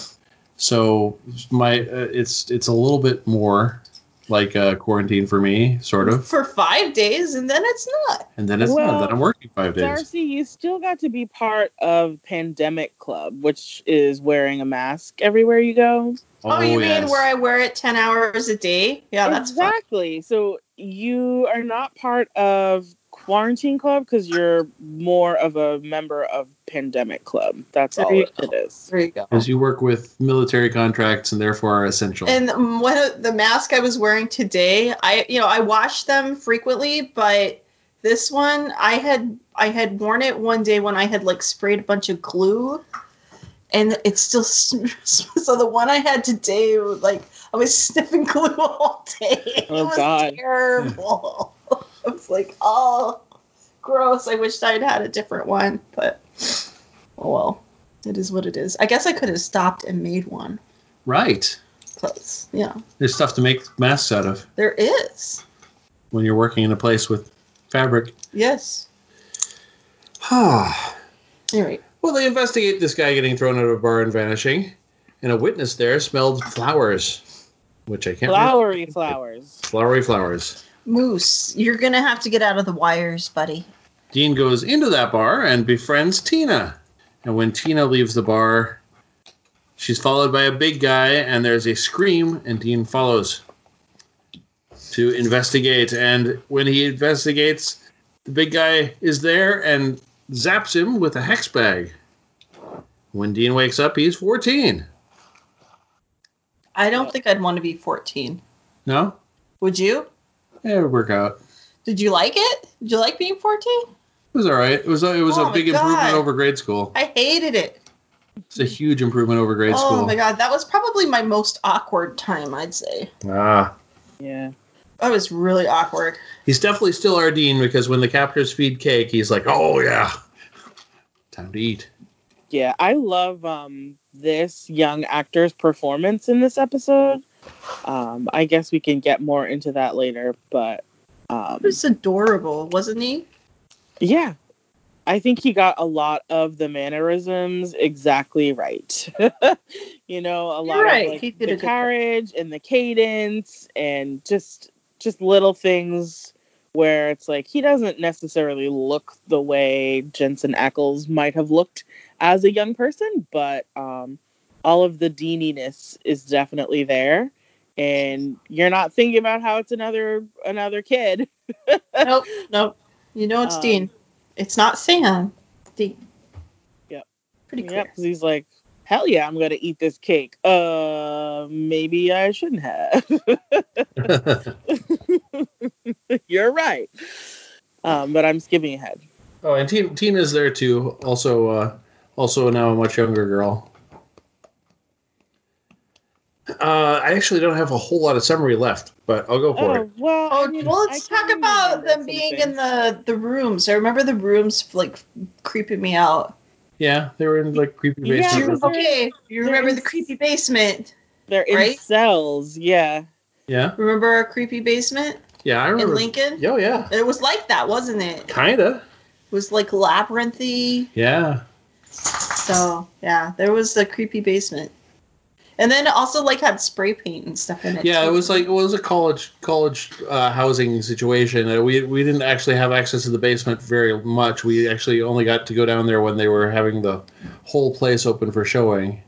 C: so my uh, it's it's a little bit more like uh, quarantine for me, sort of.
D: For five days, and then it's not.
C: And then it's
A: Well,
C: not that I'm working five days.
A: Darcy, you still got to be part of Pandemic Club, which is wearing a mask everywhere you go.
D: Oh, you
C: yes.
D: mean where I wear it ten hours a day? Yeah, that's fine.
A: exactly. So you are not part of Quarantine Club because you're more of a member of Pandemic Club. That's
D: There
A: all
D: you
A: it is.
D: There you go.
C: As you work with military contracts and therefore are essential.
D: And um, one of the mask I was wearing today, I you know I wash them frequently, but this one I had I had worn it one day when I had like sprayed a bunch of glue, and it still sm- so the one I had today was like I was sniffing glue all day. It
A: Oh,
D: was
A: God.
D: terrible. I was like, oh, gross. I wished I'd had a different one, but oh well, it is what it is. I guess I could have stopped and made one.
C: right.
D: Close, you know.
C: There's stuff to make masks out of
D: There is.
C: when you're working in a place with fabric.
D: Yes.
C: Ah.
D: Anyway.
C: Well, they investigate this guy getting thrown out of a bar and vanishing, and a witness there smelled flowers, which I can't. remember-
A: Flowery flowers.
C: Flowery flowers.
D: Moose, you're gonna have to get out of the wires, buddy.
C: Dean goes into that bar and befriends Tina. And when Tina leaves the bar, she's followed by a big guy, and there's a scream, and Dean follows to investigate. And when he investigates, the big guy is there and zaps him with a hex bag. When Dean wakes up, he's 14.
D: I don't think I'd want to be 14.
C: No?
D: Would you?
C: Yeah, it would work out.
D: Did you like it? Did you like being 14?
C: It was all right. It was a, it was
D: Oh
C: a
D: my
C: big improvement
D: God.
C: over grade school.
D: I hated it.
C: It's a huge improvement over grade
D: oh
C: school.
D: my god, that was probably my most awkward time, I'd say.
C: Ah.
A: Yeah.
D: I was really awkward.
C: He's definitely still our dean because when the captors feed cake, he's like, "Oh yeah, time to eat."
A: Yeah, I love um, this young actor's performance in this episode. Um, I guess we can get more into that later, but um,
D: He was adorable, wasn't he?
A: yeah, I think he got a lot of the mannerisms exactly right. you know, a lot
D: You're right,
A: of like,
D: he did a
A: the
D: good job.
A: carriage and the cadence and just just little things where it's like he doesn't necessarily look the way Jensen Ackles might have looked as a young person, but um, all of the deaniness is definitely there. And you're not thinking about how it's another another kid.
D: nope, nope. You know it's
A: Um,
D: Dean. It's not Sam. Dean.
A: Yep.
D: Pretty
A: Yeah,
D: clear.
A: 'cause he's like, hell yeah, I'm gonna eat this cake. Uh, maybe I shouldn't have. You're right. Um, but I'm skipping ahead.
C: oh, and Tina, Tina's there too. Also, uh, also now a much younger girl. Uh, I actually don't have a whole lot of summary left, but I'll go for it.
A: Oh well. I
D: Oh,
A: mean,
D: well,
A: I
D: let's
A: can
D: talk about
A: remember
D: them
A: some
D: being in
A: things.
D: the the rooms. I remember the rooms like creeping me out.
C: Yeah, they were in like creepy
A: Yeah,
C: basement.
A: it
C: room.
A: was- They're-
D: Okay, you
A: they're
D: remember
A: in-
D: the creepy basement?
A: They're in
D: right?
A: cells. Yeah.
C: yeah,
D: Remember our creepy basement
C: yeah, I
D: in
C: remember.
D: Lincoln?
C: Oh yeah,
D: It was like that, wasn't it? It
C: kinda.
D: was like labyrinthy.
C: Yeah,
D: So yeah, there was the creepy basement, and then it also like had spray paint and stuff in it.
C: yeah.
D: too.
C: It was like it was a college college uh, housing situation. Uh, we we didn't actually have access to the basement very much. We actually only got to go down there when they were having the whole place open for showing.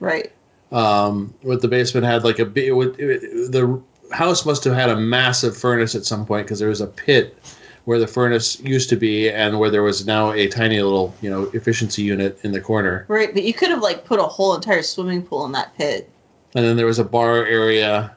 D: right.
C: Um, but the basement had like a bi- it would- it- the house must have had a massive furnace at some point because there was a pit where the furnace used to be and where there was now a tiny little you know efficiency unit in the corner.
D: Right, but you could have like put a whole entire swimming pool in that pit.
C: and then there was a bar area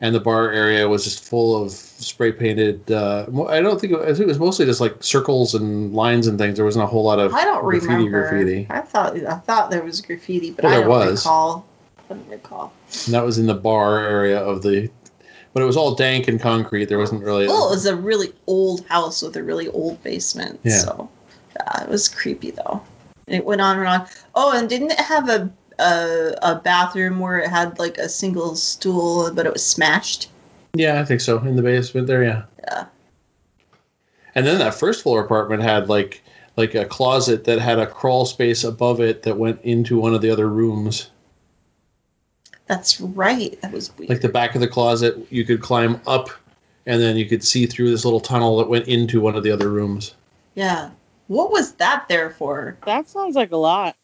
C: and the bar area was just full of spray painted uh, mo- i don't think i think it was mostly just like circles and lines and things there wasn't a whole lot of
D: I don't
C: graffiti,
D: remember.
C: graffiti.
D: I thought I thought there was graffiti, but
C: Well,
D: I
C: there
D: don't
C: was.
D: recall. I don't recall.
C: and that was in the bar area of the but it was all dank and concrete there wasn't really
D: Well, Oh, it was a really old house with a really old basement.
C: Yeah.
D: So yeah, it was creepy though. And it went on and on. Oh, and didn't it have a a, a bathroom where it had like a single stool, but it was smashed.
C: Yeah, I think so. In the basement there, yeah.
D: Yeah.
C: And then that first floor apartment had like like a closet that had a crawl space above it that went into one of the other rooms.
D: That's right. That was weird.
C: Like the back of the closet, you could climb up, and then you could see through this little tunnel that went into one of the other rooms.
D: yeah. What was that there for?
A: That sounds like a lot.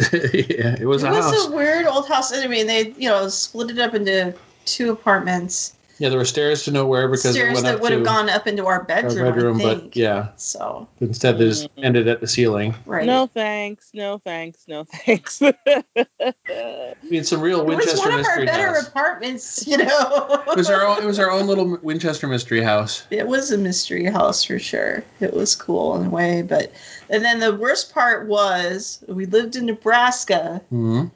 C: yeah, it was
D: it
C: a
D: was
C: house.
D: a weird old house. I mean, they you know split it up into two apartments.
C: yeah, there were stairs to nowhere because it
D: stairs
C: went
D: that
C: up
D: would
C: to
D: have gone up into our
C: our
D: bedroom.
C: bedroom,
D: I
C: but
D: think.
C: yeah,
D: So
C: instead they just
A: Mm.
C: ended at the ceiling.
D: right.
A: No thanks. No thanks. No thanks.
C: I mean, some real
D: it was
C: Winchester
D: one of our
C: mystery
D: better
C: house.
D: apartments. You know.
C: It was our own. It was our own little Winchester mystery house.
D: it was a mystery house for sure. It was cool in a way, but and then the worst part was we lived in Nebraska
C: hmm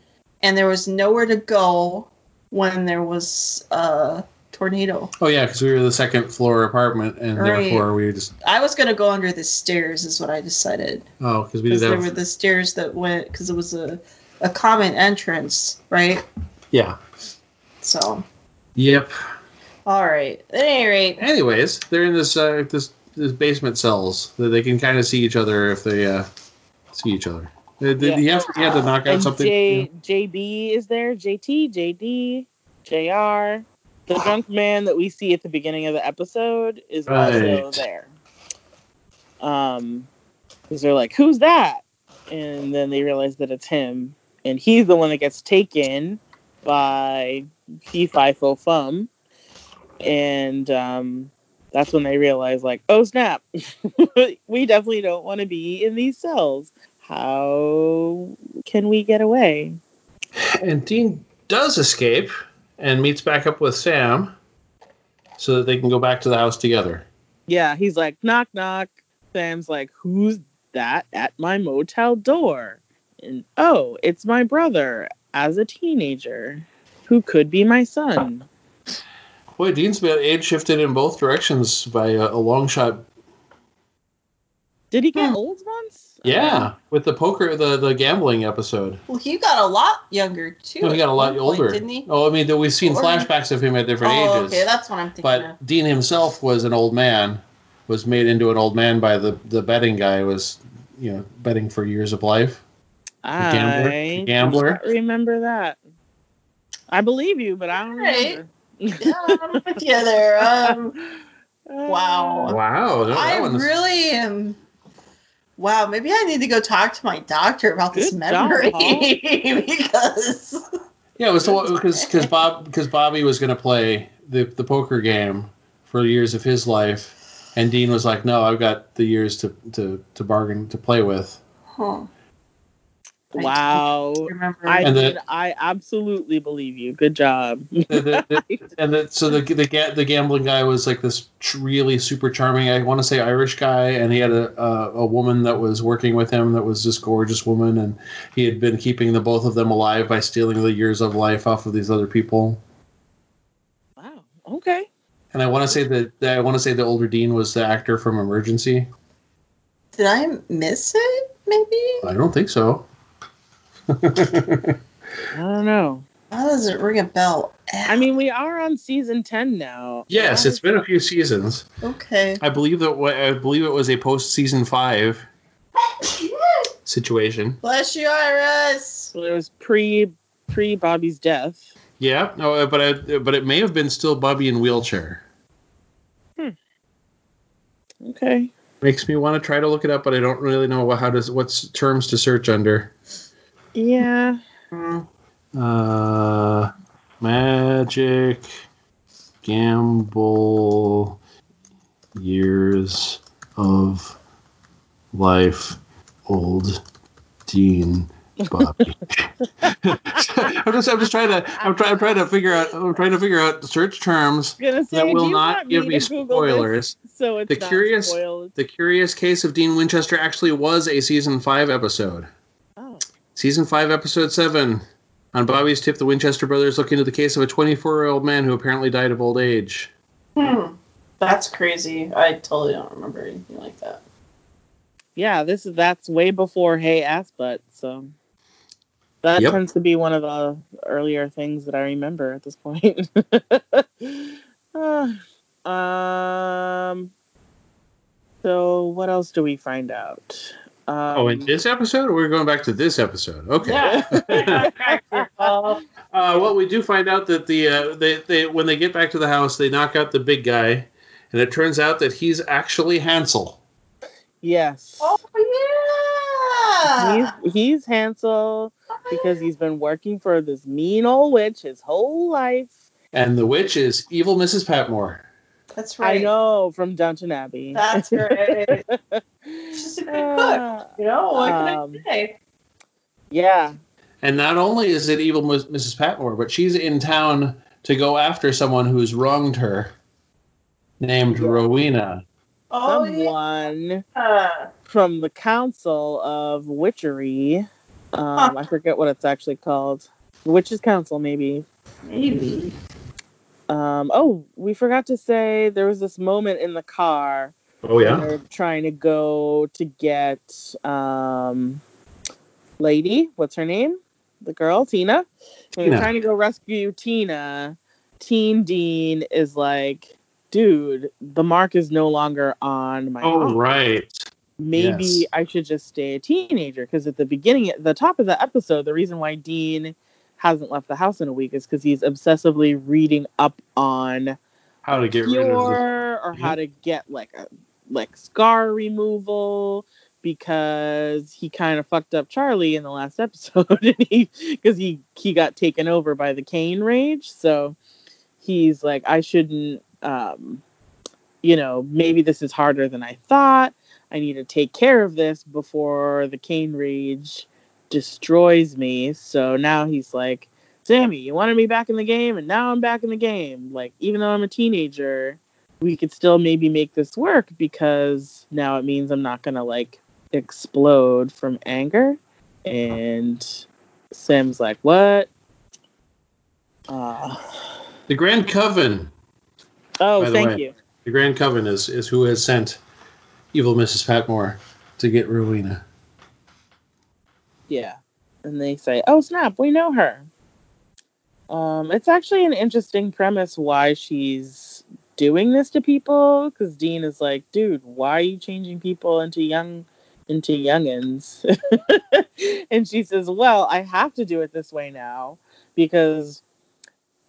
D: and there was nowhere to go when there was a tornado.
C: Oh yeah, because we were the second floor apartment, and
D: Right.
C: therefore we just
D: I was gonna go under the stairs, is what I decided,
C: oh because we
D: because
C: did
D: there
C: have
D: were the stairs that went because it was a a common entrance, right?
C: yeah
D: So
C: yep.
D: all right. At any rate,
C: Anyways, they're in this uh, this this basement cells that they can kind of see each other if they uh, see each other. They, they,
A: Yeah.
C: You, have, you have to knock out
A: and
C: something.
A: J,
C: you know.
A: JB is there. JT, JD, JR. The drunk man that we see at the beginning of the episode is also
C: Right.
A: there. Um, because they're like, "Who's that?" And then they realize that it's him, and he's the one that gets taken by oh he fi fo fum, and um, that's when they realize, like, "Oh snap, we definitely don't want to be in these cells." How can we get away?
C: And Dean does escape and meets back up with Sam, so that they can go back to the house together.
A: Yeah, he's like, knock, knock. Sam's like, who's that at my motel door? And oh, it's my brother as a teenager who could be my son.
C: Boy, Dean's been age shifted in both directions by a, a long shot.
A: Did he get
D: Hmm.
A: old once?
C: Yeah, with the poker, the the gambling episode.
D: well, he got a lot younger too.
C: No, he got a
D: at
C: lot
D: one point,
C: older.
D: didn't he?
C: Oh, I mean, th- we've seen
D: Or-
C: flashbacks of him at different
D: Oh,
C: ages.
D: okay, that's what I'm thinking
C: but
D: of.
C: Dean himself was an old man, was made into an old man by the the betting guy. Was you know betting for years of life.
A: Uh, I
C: gambler? The
A: did
C: gambler?
A: not remember that. I believe you, but I don't
D: Right.
A: remember.
D: Yeah, I'm with you there. Um,
A: Uh,
D: Wow.
C: Wow, that,
D: I
C: that one's-
D: really am. Wow, maybe I need to go talk to my doctor about this
A: Good job,
D: memory
A: Paul.
D: because
C: yeah, it was because because Bob because Bobby was going to play the the poker game for years of his life, and Dean was like, no, I've got the years to to to bargain to play with.
D: huh, I
A: Wow.
D: remember
A: I
C: And
A: did,
C: the-
A: I absolutely believe you. Good job.
C: The- the- the- and the, so the, the ga- the gambling guy was like this tr- really super charming. I want to say Irish guy, and he had a, a a woman that was working with him that was this gorgeous woman, and he had been keeping the both of them alive by stealing the years of life off of these other people.
A: Wow. Okay.
C: And I want to say that that I want to say the older Dean was the actor from Emergency.
D: did I miss it? Maybe
C: I don't think so.
A: I don't know.
D: how does it ring a bell?
A: I mean, we are on season 10 now.
C: Yes, it's been a few seasons.
D: okay.
C: I believe that wa- I believe it was a post season five situation.
D: Bless you, Iris.
A: Well, it was pre pre Bobby's death.
C: Yeah, no, uh, but I, but it may have been still Bubby in wheelchair.
A: Okay.
C: Makes me want to try to look it up, but I don't really know what, how does what's terms to search under.
A: Yeah.
C: Uh, magic, gamble, years of life, old Dean Bobby. I'm just I'm just trying to I'm trying I'm trying to figure out I'm trying to figure out search terms
A: Gonna say,
C: that will
A: do you
C: not
A: want
C: give me
A: to Google this
C: spoilers.
A: so it's
C: The
A: not
C: curious-
A: spoiled.
C: The Curious Case of Dean Winchester actually was a season five episode.
A: Oh.
C: Season five, episode seven. On Bobby's tip, the Winchester brothers look into the case of a 24 year old man who apparently died of old age.
D: Hmm. That's crazy. I totally don't remember anything like that.
A: Yeah, this is that's way before Hey Ass Butt, so That
C: Yep.
A: tends to be one of the earlier things that I remember at this point. Ah, um, so what else do we find out? Um,
C: oh, in this episode, or we're going back to this episode. Okay.
D: Yeah. Uh,
C: Uh, well, we do find out that the uh, they, they when they get back to the house, they knock out the big guy, and it turns out that he's actually Hansel.
A: yes.
D: oh yeah.
A: He's, he's Hansel because he's been working for this mean old witch his whole life.
C: And the witch is evil Mrs. Patmore.
D: That's right.
A: I know from Downton Abbey.
D: That's right. She's a good cook.
A: Ah,
D: You know what
A: Um,
D: can I say?
A: yeah.
C: And not only is it evil Ms- Mrs. Patmore, but she's in town to go after someone who's wronged her, named Rowena.
D: Oh yeah.
A: Someone from the Council of Witchery. Um, I forget what it's actually called. Witches Council, maybe.
D: Maybe.
A: Um, oh, we forgot to say there was this moment in the car.
C: Oh
A: when They're trying to go to get um, Lady. What's her name? The girl, Tina. When
C: Tina.
A: they're trying to go rescue Tina, Teen Dean is like, dude, the mark is no longer on my arm."
C: Oh right.
A: maybe
C: Yes.
A: I should just stay a teenager because at the beginning, at the top of the episode, the reason why Dean hasn't left the house in a week is because he's obsessively reading up on
C: How to get rid of the
A: cure or how to get like a like scar removal because he kind of fucked up Charlie in the last episode and he because he he got taken over by the cane rage so he's like I shouldn't um you know maybe this is harder than I thought I need to take care of this before the cane rage destroys me so now he's like Sammy, you wanted me back in the game, and now I'm back in the game. Like, even though I'm a teenager, we could still maybe make this work because now it means I'm not gonna like explode from anger. And Sam's like, what? Uh,
C: the Grand Coven.
A: oh,
C: By the
A: thank
C: way.
A: you.
C: The Grand Coven is is who has sent evil Mrs. Patmore to get Rowena.
A: Yeah. And they say, oh, snap, we know her. Um, it's actually an interesting premise why she's doing this to people because Dean is like, dude, why are you changing people into young into youngins? and she says, well, I have to do it this way now because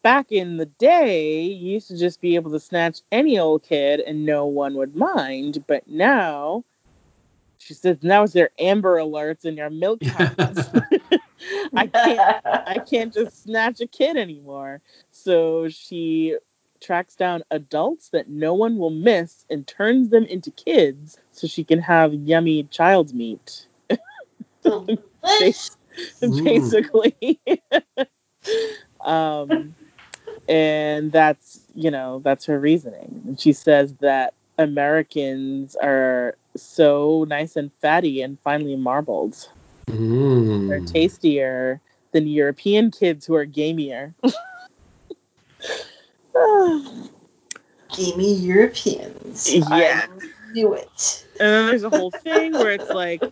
A: back in the day, you used to just be able to snatch any old kid and no one would mind, but now. She says, now is there amber alerts in your milk cartons. I can't I can't just snatch a kid anymore. So she tracks down adults that no one will miss and turns them into kids so she can have yummy child meat.
D: Delicious.
C: Mm.
A: Basically. um and that's, you know, that's her reasoning. And she says that Americans are so nice and fatty and finely marbled. They're
C: Mm.
A: tastier than European kids who are gamier. Ah.
D: Gamey Europeans.
A: Yeah.
D: I knew it.
A: and then there's a whole thing where it's like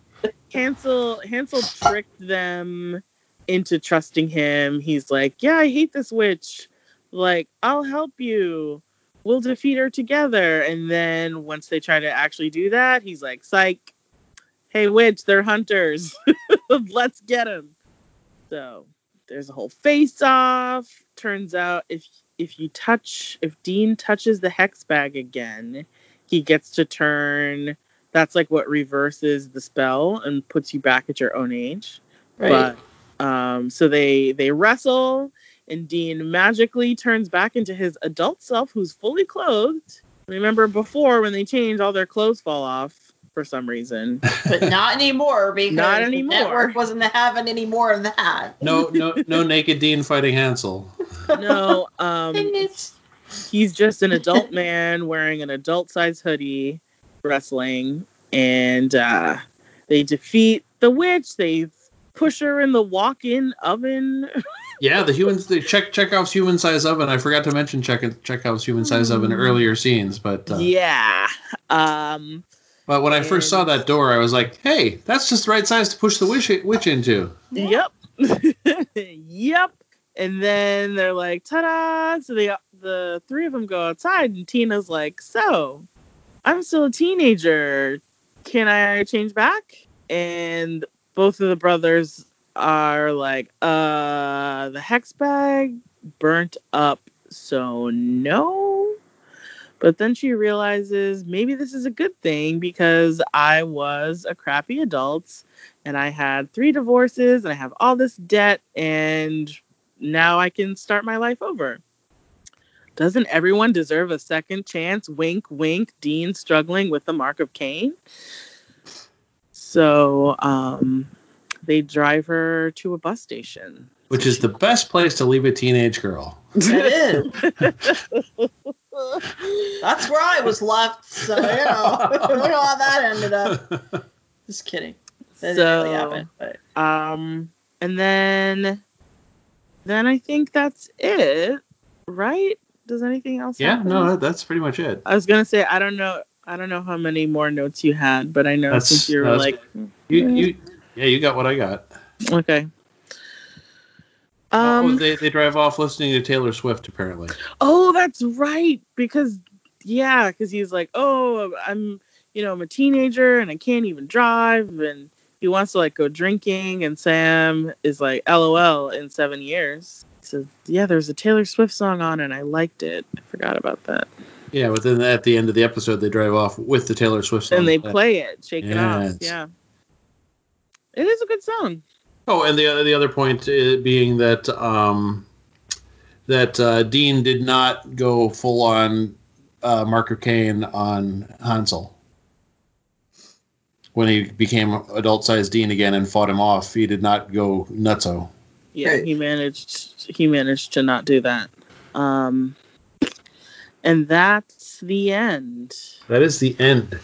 A: Hansel Hansel tricked them into trusting him. He's like, "Yeah, I hate this witch. Like, I'll help you. We'll defeat her together." And then once they try to actually do that, he's like, "Psych. Hey, witch, they're hunters. Let's get him." So there's a whole face off. Turns out if if you touch if Dean touches the hex bag again, he gets to turn that's like what reverses the spell and puts you back at your own age.
D: Right.
A: But um, so they they wrestle, and Dean magically turns back into his adult self, who's fully clothed. Remember before when they change, all their clothes fall off for some reason.
D: But, not anymore because
A: Not
D: the
A: anymore.
D: network wasn't having any more of that.
C: No, no, no naked Dean fighting Hansel.
A: no, um,
D: Dang it.
A: he's just an adult man wearing an adult size hoodie wrestling and uh they defeat the witch they push her in the walk-in oven
C: Yeah, the humans. The check Chekhov's human size oven. I forgot to mention check Chekhov's human size oven earlier scenes, but uh,
A: yeah um
C: but when I first saw
A: And-
C: that door, I was like, "Hey, that's just the right size to push the witch witch into."
A: yep yep. And then they're like, ta-da! So the the three of them go outside, and Tina's like, so I'm still a teenager. Can I change back? And both of the brothers are like, uh, the hex bag burnt up, so no. But then she realizes maybe this is a good thing because I was a crappy adult and I had three divorces and I have all this debt and now I can start my life over. Doesn't everyone deserve a second chance? Wink, wink. Dean struggling with the mark of Cain. So um, they drive her to a bus station.
C: which is the best place to leave a teenage girl.
A: yeah,
B: It is. That's where I was left. So you know, look how that ended up.
D: Just kidding. That didn't really
A: so
D: happen, but
A: um, and then then I think that's it, right? Does anything else?
C: yeah,
A: happen?
C: no, that- that's pretty much it.
A: I was gonna say I don't know. I don't know how many more notes you had, but I know
C: That's-
A: since you were
C: that's-
A: like,
C: You, you, yeah, you got what I got.
A: okay.
C: oh,
A: Um.
C: they, they drive off listening to Taylor Swift, apparently.
A: Oh, that's right. Because yeah, because he's like, oh, I'm, you know, I'm a teenager and I can't even drive, and he wants to like go drinking, and Sam is like, LOL, in seven years. So yeah, there's a Taylor Swift song on, and I liked it. I forgot about that.
C: Yeah, but then at the end of the episode, they drive off with the Taylor Swift song.
A: And they play it, shake it
C: Oh, Yes.
A: off. Yeah, it is a good song.
C: Oh, and the the other point uh, being that um, that uh, Dean did not go full on uh, Mark of Cain on Hansel when he became adult sized Dean again and fought him off. He did not go nutso.
A: yeah
B: Right.
A: he managed he managed to not do that um and that's the end
C: That is the end.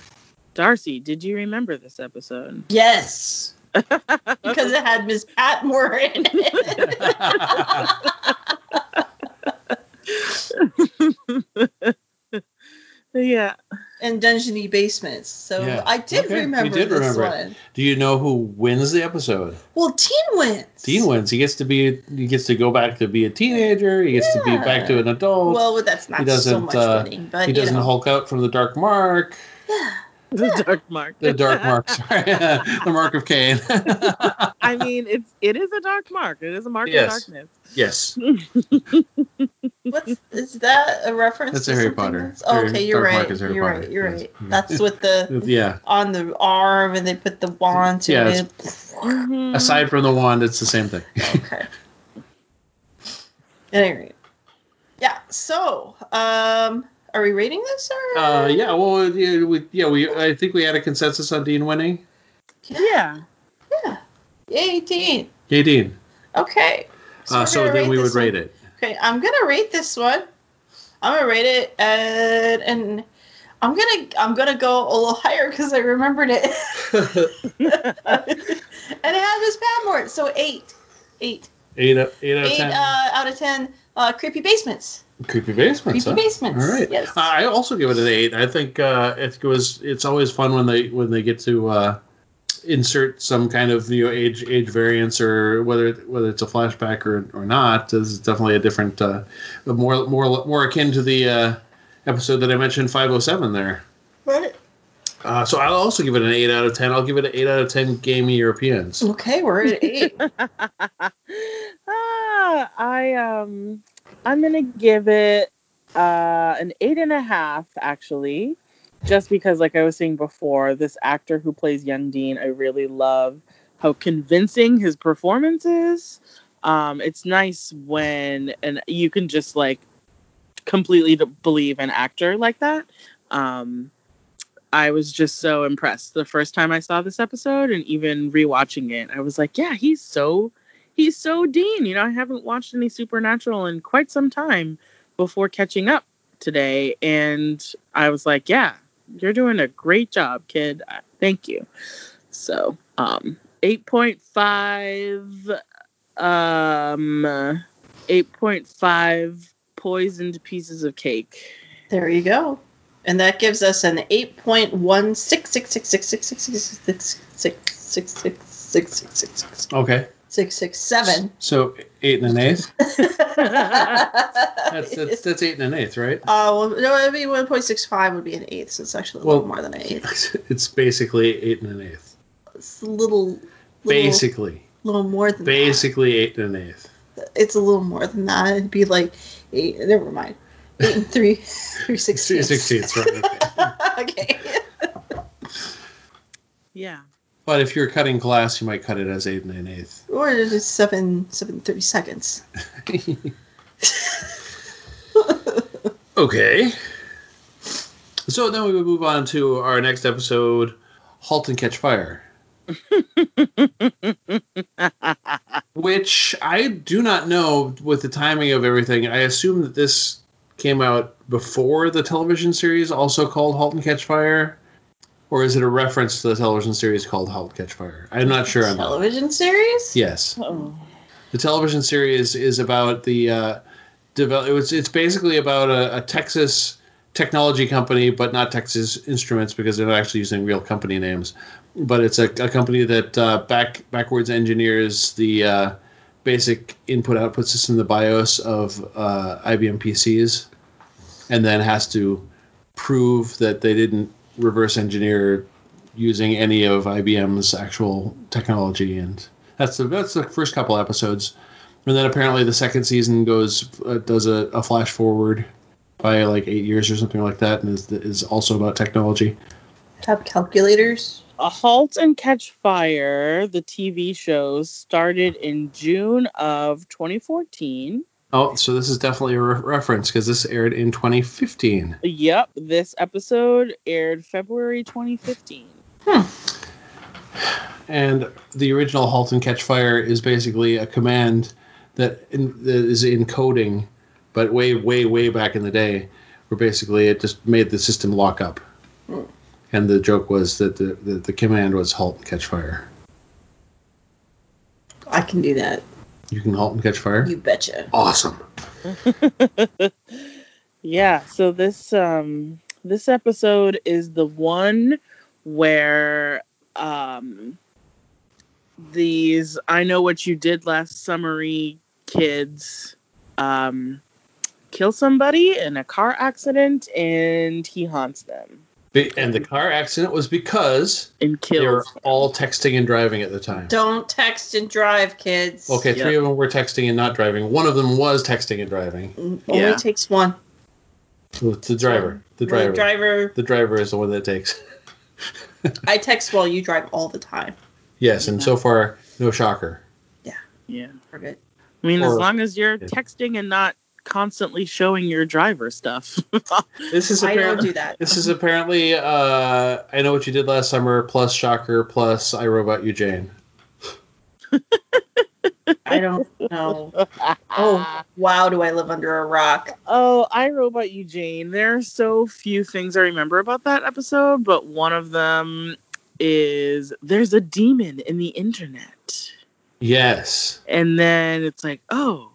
A: darcy did you remember this episode
D: yes, because it had Miss Patmore in it.
A: yeah
D: and Dungeony Basements. So
C: Yeah.
D: I did
C: Okay, you
D: remember
C: did
D: this
C: remember it.
D: one.
C: Do you know who wins the episode?
D: Well, Teen wins.
C: Dean wins. He gets to be he gets to go back to be a teenager. He gets to be
D: Yeah.
C: back to an adult.
D: Well, that's
C: He
D: not so
C: doesn't,
D: much
C: uh,
D: winning, but
C: he
D: you
C: doesn't
D: know.
C: Hulk out from the Dark Mark.
D: yeah.
A: the dark mark
C: The Dark Mark, sorry, the Mark of Cain.
A: i mean it's it is a dark mark it is a mark
C: Yes.
A: of darkness
C: yes,
D: What's is that a reference?
C: That's
D: to
C: a Harry
D: something
C: Potter.
D: else? Oh,
C: Harry-
D: okay, you're
C: Dark Mark
D: right.
C: is Harry
D: you're
C: Potter,
D: right. You're
C: yes.
D: right. That's with the
C: yeah.
D: on the arm, and they put the wand to
C: Yeah,
D: it.
A: Mhm.
C: Aside from the wand, it's the same thing.
D: Okay. At any rate, yeah. So, um, are we rating this or?
C: Uh, yeah, well, yeah, we, yeah, we. I think we had a consensus on Dean winning.
A: yeah
D: eighteen.
C: Yay, Dean.
D: Okay.
C: Uh,
D: we're
C: so
D: gonna
C: then we would
D: this one.
C: rate it.
D: Okay, I'm gonna rate this one. I'm gonna rate it at and I'm gonna I'm gonna go a little higher because I remembered it. and it had Miss Padmore, so eight, eight,
C: Eight, out- eight out of
D: eight
C: ten.
D: uh, out of ten. Uh, creepy basements.
C: Creepy basements.
D: Creepy
C: huh?
D: basements.
C: All right.
D: Yes.
C: I also give it an eight. I think uh, it was. It's always fun when they when they get to uh, insert some kind of you know, age age variance or whether whether it's a flashback or, or not. This is definitely a different, uh, more more more akin to the uh, episode that I mentioned, five oh seven there.
D: Right.
C: Uh, so I'll also give it an eight out of ten. I'll give it an eight out of ten gamey Europeans.
D: Okay, we're at eight.
A: ah, I um I'm gonna give it uh an eight and a half actually. Just because like I was saying before, this actor who plays young Dean, I really love how convincing his performance is. Um, it's nice when and you can just like completely d- believe an actor like that. Um, I was just so impressed the first time I saw this episode and even rewatching it. I was like, yeah, he's so he's so Dean. You know, I haven't watched any Supernatural in quite some time before catching up today and I was like, yeah, you're doing a great job, kid. I- Thank you. So, um 8.5 um 8.5 poisoned pieces of cake.
D: there you go. And that gives us an eight point one six six six six six six six six six six six six six six six six
C: Okay.
D: six six seven.
C: So eight and an eighth. That's that's,
D: That's
C: that's eight and an eighth, right?
D: Uh, well, no, I mean, 1.65 would be an eighth, so it's actually a little
C: Well-
D: more than an eighth.
C: It's basically eight and an eighth.
D: It's a little, little,
C: Basically,
D: little more than
C: basically eight and an eighth.
D: that. It's a little more than that. It'd be like eight. Never mind. Eight and three, three
C: Three
D: sixteenths.
C: sixteenths, right? okay.
D: okay.
A: Yeah.
C: But if you're cutting glass, you might cut it as eight and an eighth.
D: Or just seven, seven thirty seconds.
C: Okay. So then we would move on to our next episode, "Halt and Catch Fire," which I do not know with the timing of everything. I assume that this came out before the television series, also called "Halt and Catch Fire," or is it a reference to the television series called "Halt and Catch Fire"? I'm not sure. on that.
D: Television series?
C: Yes.
A: oh.
C: the television series is about the uh, develop. It was, it's basically about a, a Texas technology company, but not Texas Instruments because they're not actually using real company names. But it's a, a company that uh, back backwards engineers the uh, basic input output system, the BIOS of uh, IBM PCs, and then has to prove that they didn't reverse engineer using any of IBM's actual technology and that's the that's the first couple episodes, and then apparently the second season goes uh, does a, a flash forward by like eight years or something like that, and is is also about technology.
D: Have calculators?
A: A Halt and Catch Fire, the TV show, started in June of 2014.
C: Oh, so this is definitely a re- reference because this aired in 2015.
A: Yep, this episode aired February 2015.
C: and the original halt and catch fire is basically a command that, in, that is encoding but way way way back in the day where basically it just made the system lock up
D: Hmm.
C: and the joke was that the, the, the command was halt and catch fire
D: I can do that.
C: you can halt and catch fire
D: You betcha.
C: awesome
A: yeah, so this um this episode is the one where um these I know what you did last summery kids um kill somebody in a car accident and he haunts them
C: Be- and the car accident was because
A: and
C: they were
A: kills.
C: all texting and driving at the time
D: Don't text and drive, kids.
C: okay
A: Yeah.
C: three of them were texting and not driving one of them was texting and driving
D: Mm, Only
A: Yeah.
D: takes one.
C: the, the driver the driver
D: driver.
C: the driver is the one that takes
D: I text while you drive all the time.
C: Yes, and
A: Yeah.
C: so far, no shocker.
A: Yeah.
D: Forget.
A: I mean as
C: Or-
A: long as you're
C: Yeah.
A: texting and not constantly showing your driver stuff.
C: This is
D: I don't
C: apparently
D: do that.
C: this is apparently uh, I know what you did last summer plus shocker plus I robot you Jane.
D: I don't know. Oh wow, do I live under a rock?
A: Oh, I Robot Eugene. There are so few things I remember about that episode, but one of them is there's a demon in the internet.
C: Yes,
A: And then it's like, oh,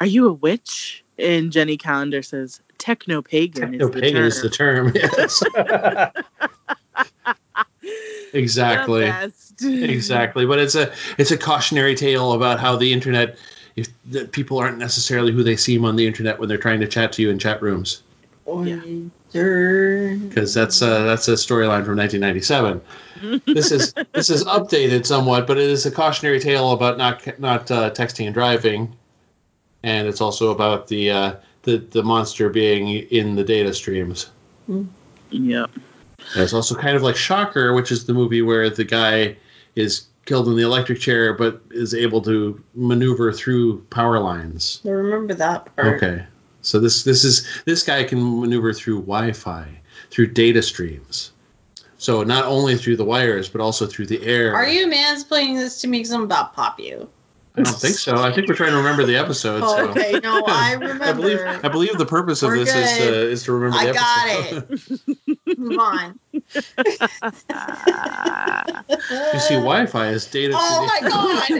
A: are you a witch? And Jenny Calendar says, techno pagan
C: techno
A: is the term.
C: pagan is the term. Yes,
A: The
C: exactly,
A: best.
C: exactly. But it's a it's a cautionary tale about how the internet if the people aren't necessarily who they seem on the internet when they're trying to chat to you in chat rooms
D: Under
C: because that's uh, that's a storyline from 1997. this is this is updated somewhat, but it is a cautionary tale about not not uh, texting and driving, and it's also about the uh, the the monster being in the data streams.
A: Yep.
C: And it's also kind of like Shocker, which is the movie where the guy is killed in the electric chair, but is able to maneuver through power lines.
D: I remember that part.
C: Okay, so this this is this guy can maneuver through Wi-Fi, through data streams. So not only through the wires, but also through the air.
D: Are you mansplaining this to me because I'm about to pop you?
C: I don't think so. I think we're trying to remember the episode.
D: Oh,
C: so.
D: okay, no, I
C: I believe
D: remember.
C: I believe the purpose of
D: We're
C: this is
D: good.
C: uh, is to remember.
D: I
C: the
D: got
C: episode. it.
D: Move on.
A: Ah.
C: you see, Wi-Fi is data.
D: Oh my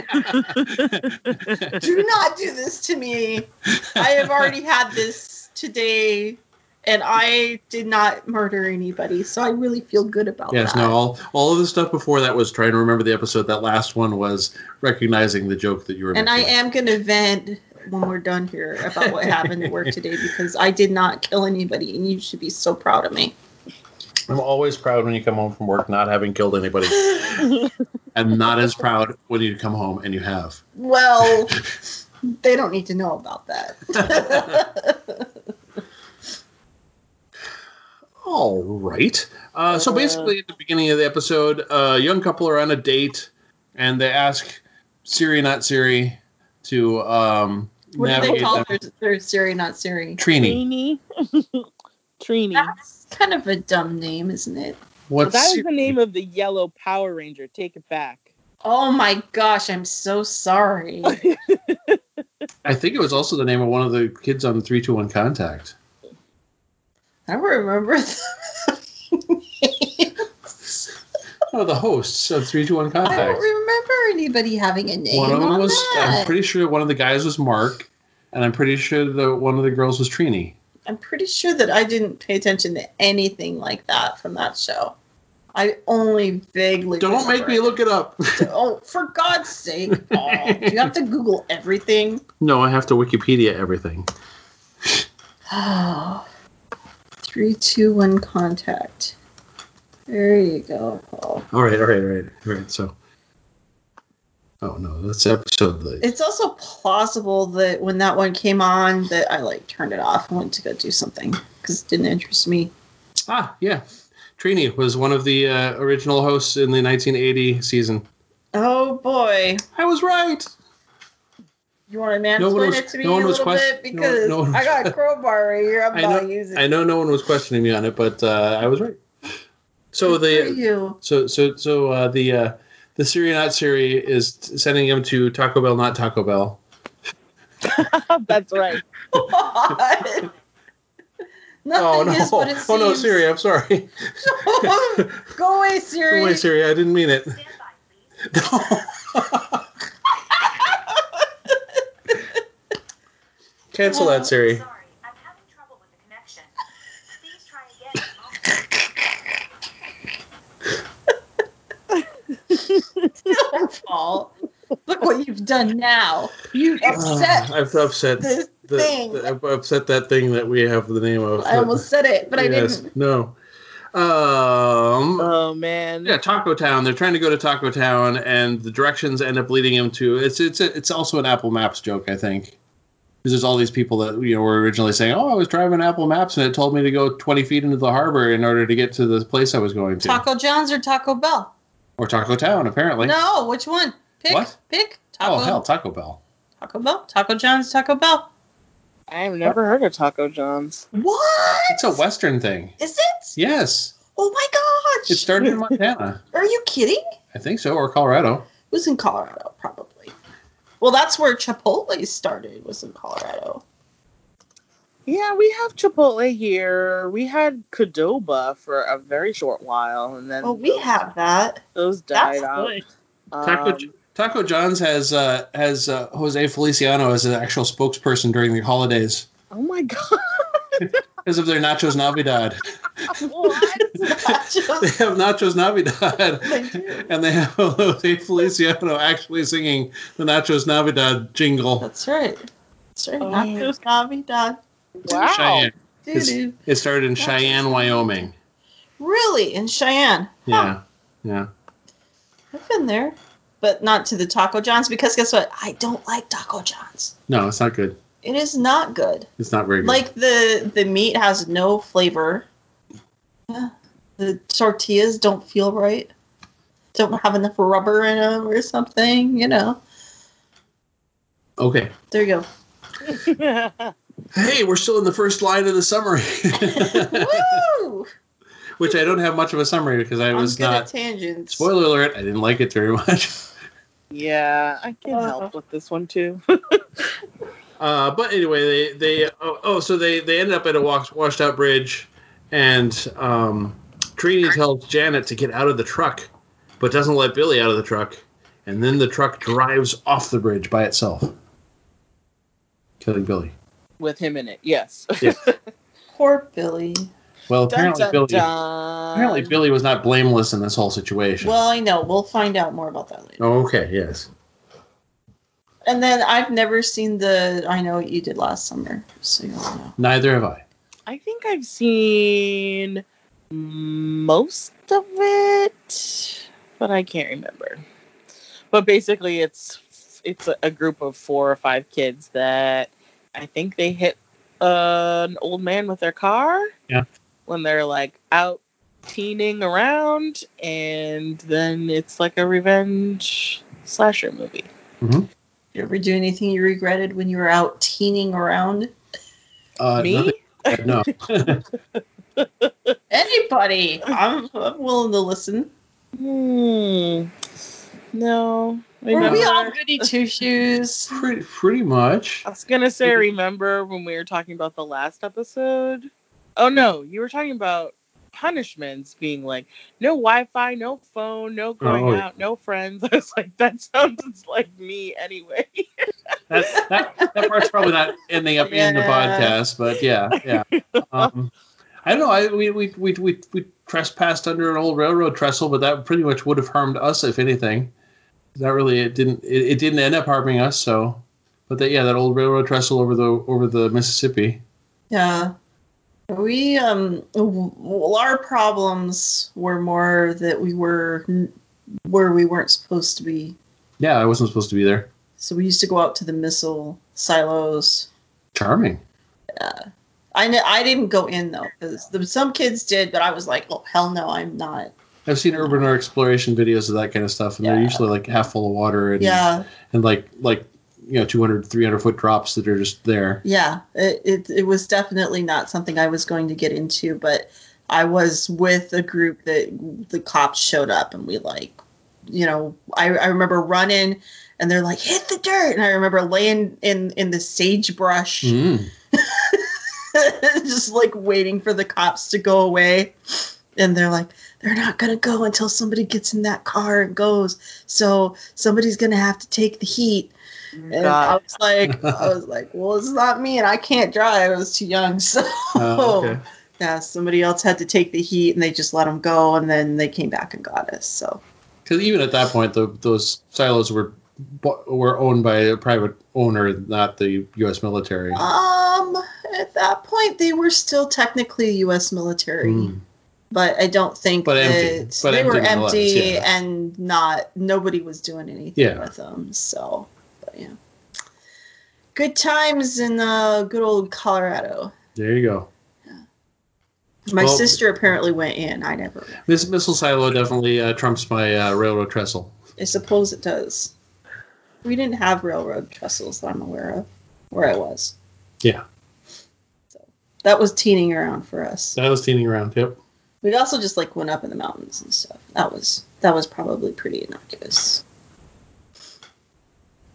D: god!
C: god!
D: Do not do this to me. I have already had this today and I did not murder anybody, so I really feel good about
C: Yes,
D: that.
C: no, all, all of the stuff before that was trying to remember the episode. That last one was recognizing the joke that you were
D: and I
C: making.
D: am going to vent when we're done here about what happened at work today because I did not kill anybody, and you should be so proud of me.
C: I'm always proud when you come home from work not having killed anybody. I'm not as proud when you come home and you have.
D: Well, they don't need to know about that.
C: All right. Uh, so
A: Uh.
C: basically, at the beginning of the episode, a young couple are on a date, and they ask Siri, not Siri, to um,
D: what do they
C: navigate
D: call
C: them.
D: their, their Siri, not Siri?
C: Trini.
A: Trini. Trini.
D: That's kind of a dumb name, isn't it?
C: What's
A: that was
C: Siri?
A: the name of the yellow Power Ranger. Take it back.
D: Oh my gosh, I'm so sorry.
C: I think it was also the name of one of the kids on three two one contact.
D: I don't remember. names.
C: Oh, the hosts of three two one
D: I don't
C: contact.
D: remember anybody having a name.
C: One of them
D: on
C: was. I'm
D: that.
C: pretty sure one of the guys was Mark, and I'm pretty sure the one of the girls was Trini.
D: I'm pretty sure that I didn't pay attention to anything like that from that show. I only vaguely
C: Don't make
D: remember
C: me
D: it.
C: look it up.
D: Oh, for God's sake! Paul. do you have to Google everything?
C: no, I have to Wikipedia everything.
D: Oh, three, two, one, contact. There you go, Paul.
C: All right, all right, all right, all right. So, oh no, that's episode. Like,
D: It's also plausible that when that one came on, that I like turned it off and went to go do something because it didn't interest me.
C: ah, yeah, Trini was one of the uh, original hosts in the 1980 season.
D: Oh boy,
C: I was right.
D: you want to mansplain
C: No one was-
D: it to me
C: no one
D: a
C: was
D: little
C: quest-
D: bit
C: no one-
D: because
C: no one
D: I
C: was-
D: got a crowbar right here. I'm
C: I
D: about
C: know-
D: to use it.
C: I know no one was questioning me on it, but uh, I was right. So
D: Good for
C: the
D: you.
C: so so so uh, the uh, the Siri not Siri is t- sending him to Taco Bell, not Taco Bell.
A: That's right.
D: Nothing
C: oh no!
D: is what it seems.
C: oh no, Siri! I'm sorry.
D: Go away, Siri.
C: Wait, Siri, I didn't mean it. Cancel that, Siri.
E: Sorry, I'm having trouble with the connection. Please try again. in a moment.
D: Don't fall. Look what you've done now. You upset.
C: Ah, I've upset
D: this
C: the,
D: thing.
C: the- I've upset that thing that we have the name of.
D: I almost said it, but I
C: Yes,
D: didn't.
C: No. Um.
A: Oh man.
C: Yeah, Taco Town. They're trying to go to Taco Town, and the directions end up leading him to. It's it's it's also an Apple Maps joke, I think, because there's all these people that you know were originally saying, "Oh, I was driving Apple Maps, and it told me to go 20 feet into the harbor in order to get to the place I was going to."
D: Taco John's or Taco Bell?
C: or Taco Town, apparently.
D: no, which one? Pick.
C: What?
D: Pick. Taco.
C: oh hell, Taco Bell.
D: Taco Bell. Taco John's. Taco Bell.
A: I've never heard of Taco John's.
D: What?
C: It's a Western thing.
D: Is it?
C: Yes,
D: Oh my gosh.
C: it started in Montana.
D: Are you kidding?
C: I think so, or Colorado.
D: It was in Colorado, probably. Well, that's where Chipotle started. Was in Colorado.
A: Yeah, we have Chipotle here. We had Cadoba for a very short while, and then
D: Oh, we have that.
A: those
D: That's
A: died out.
D: good.
C: Taco
A: Um,
C: Taco John's has uh, has uh, Jose Feliciano as an actual spokesperson during the holidays
A: oh my god!
C: because of their Nachos Navidad.
A: What?
D: That's
C: They
D: just-
C: have Nachos
D: They
C: Navidad,
D: do.
C: and they have Jose Feliciano actually singing the Nachos Navidad jingle.
D: That's right. That's right.
A: Oh.
D: Nachos Navidad.
A: wow!
C: Cheyenne.
D: Doo-doo.
C: It started in
D: Nachos
C: Cheyenne,
D: Navidad.
C: Wyoming.
D: Really? In Cheyenne? Huh.
C: Yeah, yeah.
D: I've been there. But not to the Taco John's because guess what? I don't like Taco John's.
C: No, it's not good.
D: It is not good.
C: It's not very good.
D: Like the the meat has no flavor. Yeah. The tortillas don't feel right. Don't have enough rubber in them or something, you know.
C: okay.
D: There you go.
C: Hey, we're still in the first line of the summary,
D: Woo!
C: which I don't have much of a summary because I
D: I'm
C: was
D: good
C: not.
D: at tangents.
C: Spoiler alert! I didn't like it very much.
A: yeah, I can
D: Uh-oh.
A: help with this one too.
C: Uh, but anyway, they they oh, oh so they they ended up at a washed washed out bridge, and um, Trini tells Janet to get out of the truck, but doesn't let Billy out of the truck, and then the truck drives off the bridge by itself, killing Billy.
A: With him in it, yes.
D: Poor Billy.
C: Well, apparently
D: dun, dun,
C: Billy
D: dun.
C: apparently Billy was not blameless in this whole situation.
D: Well, I know. We'll find out more about that later.
C: oh, okay, yes. Oh.
D: And then I've never seen the I Know What You Did Last Summer, so you don't know.
C: Neither have I.
A: I think I've seen most of it, but I can't remember. But basically, it's it's a- a group of four or five kids that I think they hit uh, an old man with their car.
C: Yeah.
A: When they're like out teening around, and then it's like a revenge slasher movie.
D: Did you ever do anything you regretted when you were out teening around?
C: Uh,
A: Me?
C: nothing- no.
D: Anybody? I'm, I'm willing to listen.
A: Hmm. No.
D: Were we
A: remember-
D: all goody two shoes?
C: pretty, pretty much.
A: I was gonna
C: Mm-hmm.
A: say, remember when we were talking about the last episode? Oh no, you were talking about punishments being like no Wi-Fi, no phone, no going
C: Oh, yeah.
A: out, no friends. I was like, that sounds like me anyway.
C: That's, that that part's probably not ending up in the
D: Yeah.
C: podcast, but yeah, yeah. Um, I don't know. I we we, we we we trespassed under an old railroad trestle, but that pretty much would have harmed us if anything. That really it didn't it, it didn't end up harming us. So, but that yeah, that old railroad trestle over the over the Mississippi.
D: Yeah. We, um, w- well, our problems were more that we were n- where we weren't supposed to be.
C: Yeah, I wasn't supposed to be there.
D: So we used to go out to the missile silos.
C: Charming.
D: I, kn- I didn't go in though, because some kids did, but I was like, oh, hell no, I'm not.
C: I've seen urban or exploration videos of that kind of stuff, and they're
D: Yeah.
C: usually like half full of water and
D: Yeah,
C: and like like you know 200 300 foot drops that are just there
D: yeah. It, it, it was definitely not something I was going to get into, but I was with a group that the cops showed up and we like, you know, I, I remember running and they're like, hit the dirt. And I remember laying in, in the sagebrush,
C: mm.
D: just like waiting for the cops to go away. And they're like, they're not going to go until somebody gets in that car and goes. So somebody's going to have to take the heat. And I was like, I was like, well, it's not me, and I can't drive. I was too young, so
C: Oh, okay.
D: yeah, somebody else had to take the heat, and they just let them go, and then they came back and got us. So
C: Because even at that point, the, those silos were bu- were owned by a private owner, not the U.S. military.
D: um, at that point, they were still technically U.S. military,
C: Mm.
D: but I don't think
C: But
D: that
C: empty. But
D: they
C: empty
D: were
C: nonetheless,
D: empty
C: yeah.
D: and not nobody was doing anything
C: Yeah.
D: with them. So but yeah, good times in uh, good old Colorado.
C: There you go.
D: My
C: Well-
D: sister apparently went in. I never.
C: This missile silo definitely uh, trumps my uh, railroad trestle.
D: I suppose it does. We didn't have railroad trestles that I'm aware of, where I was.
C: Yeah,
D: That was teening around for us.
C: that was teening around. Yep.
D: We also just like went up in the mountains and stuff. That was that was probably pretty innocuous.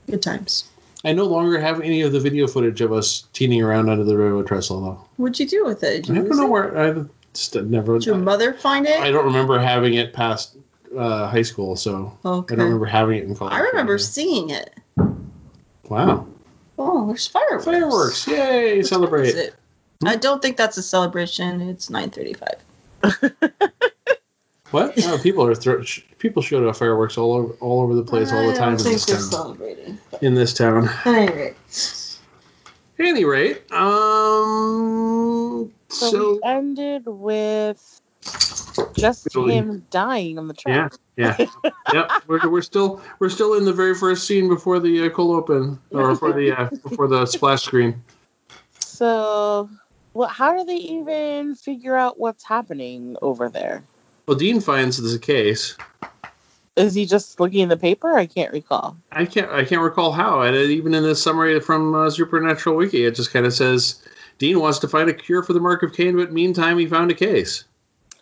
D: Good times.
C: I no longer have any of the video footage of us teening around under the railroad trestle, though.
D: What'd you do with it? Did
C: I
D: you,
C: don't
D: lose
C: know
D: it?
C: where. I just never.
D: Did your mother find
C: I
D: it?
C: don't remember having it past uh, high school, so
D: okay.
C: I don't remember having it in college.
D: I remember seeing it.
C: Wow.
D: Oh, there's fireworks.
C: Fireworks! Yay!
D: What time is
C: Celebrate. Hmm?
D: it? I don't think that's a celebration. It's 9:35.
C: What? No, Oh, people are thro- sh- people show off fireworks all over all over the place all the time
D: I
C: in
D: don't think
C: this
D: they're
C: town.
D: celebrating. But
C: In this town. At
D: at any rate.
C: any rate, um,
A: So,
C: so
A: we ended with just
C: Really?
A: him dying on the
C: yeah,
A: track.
C: yeah, yep. We're, we're still we're still in the very first scene before the uh, cold open or before the uh, before the splash screen.
A: So, well, how do they even figure out what's happening over there?
C: Well, Dean finds this case.
A: Is he just looking in the paper? I can't recall.
C: I can't I can't recall how, and it, even in the summary from uh, Supernatural Wiki, it just kind of says Dean wants to find a cure for the mark of Cain, but meantime he found a case.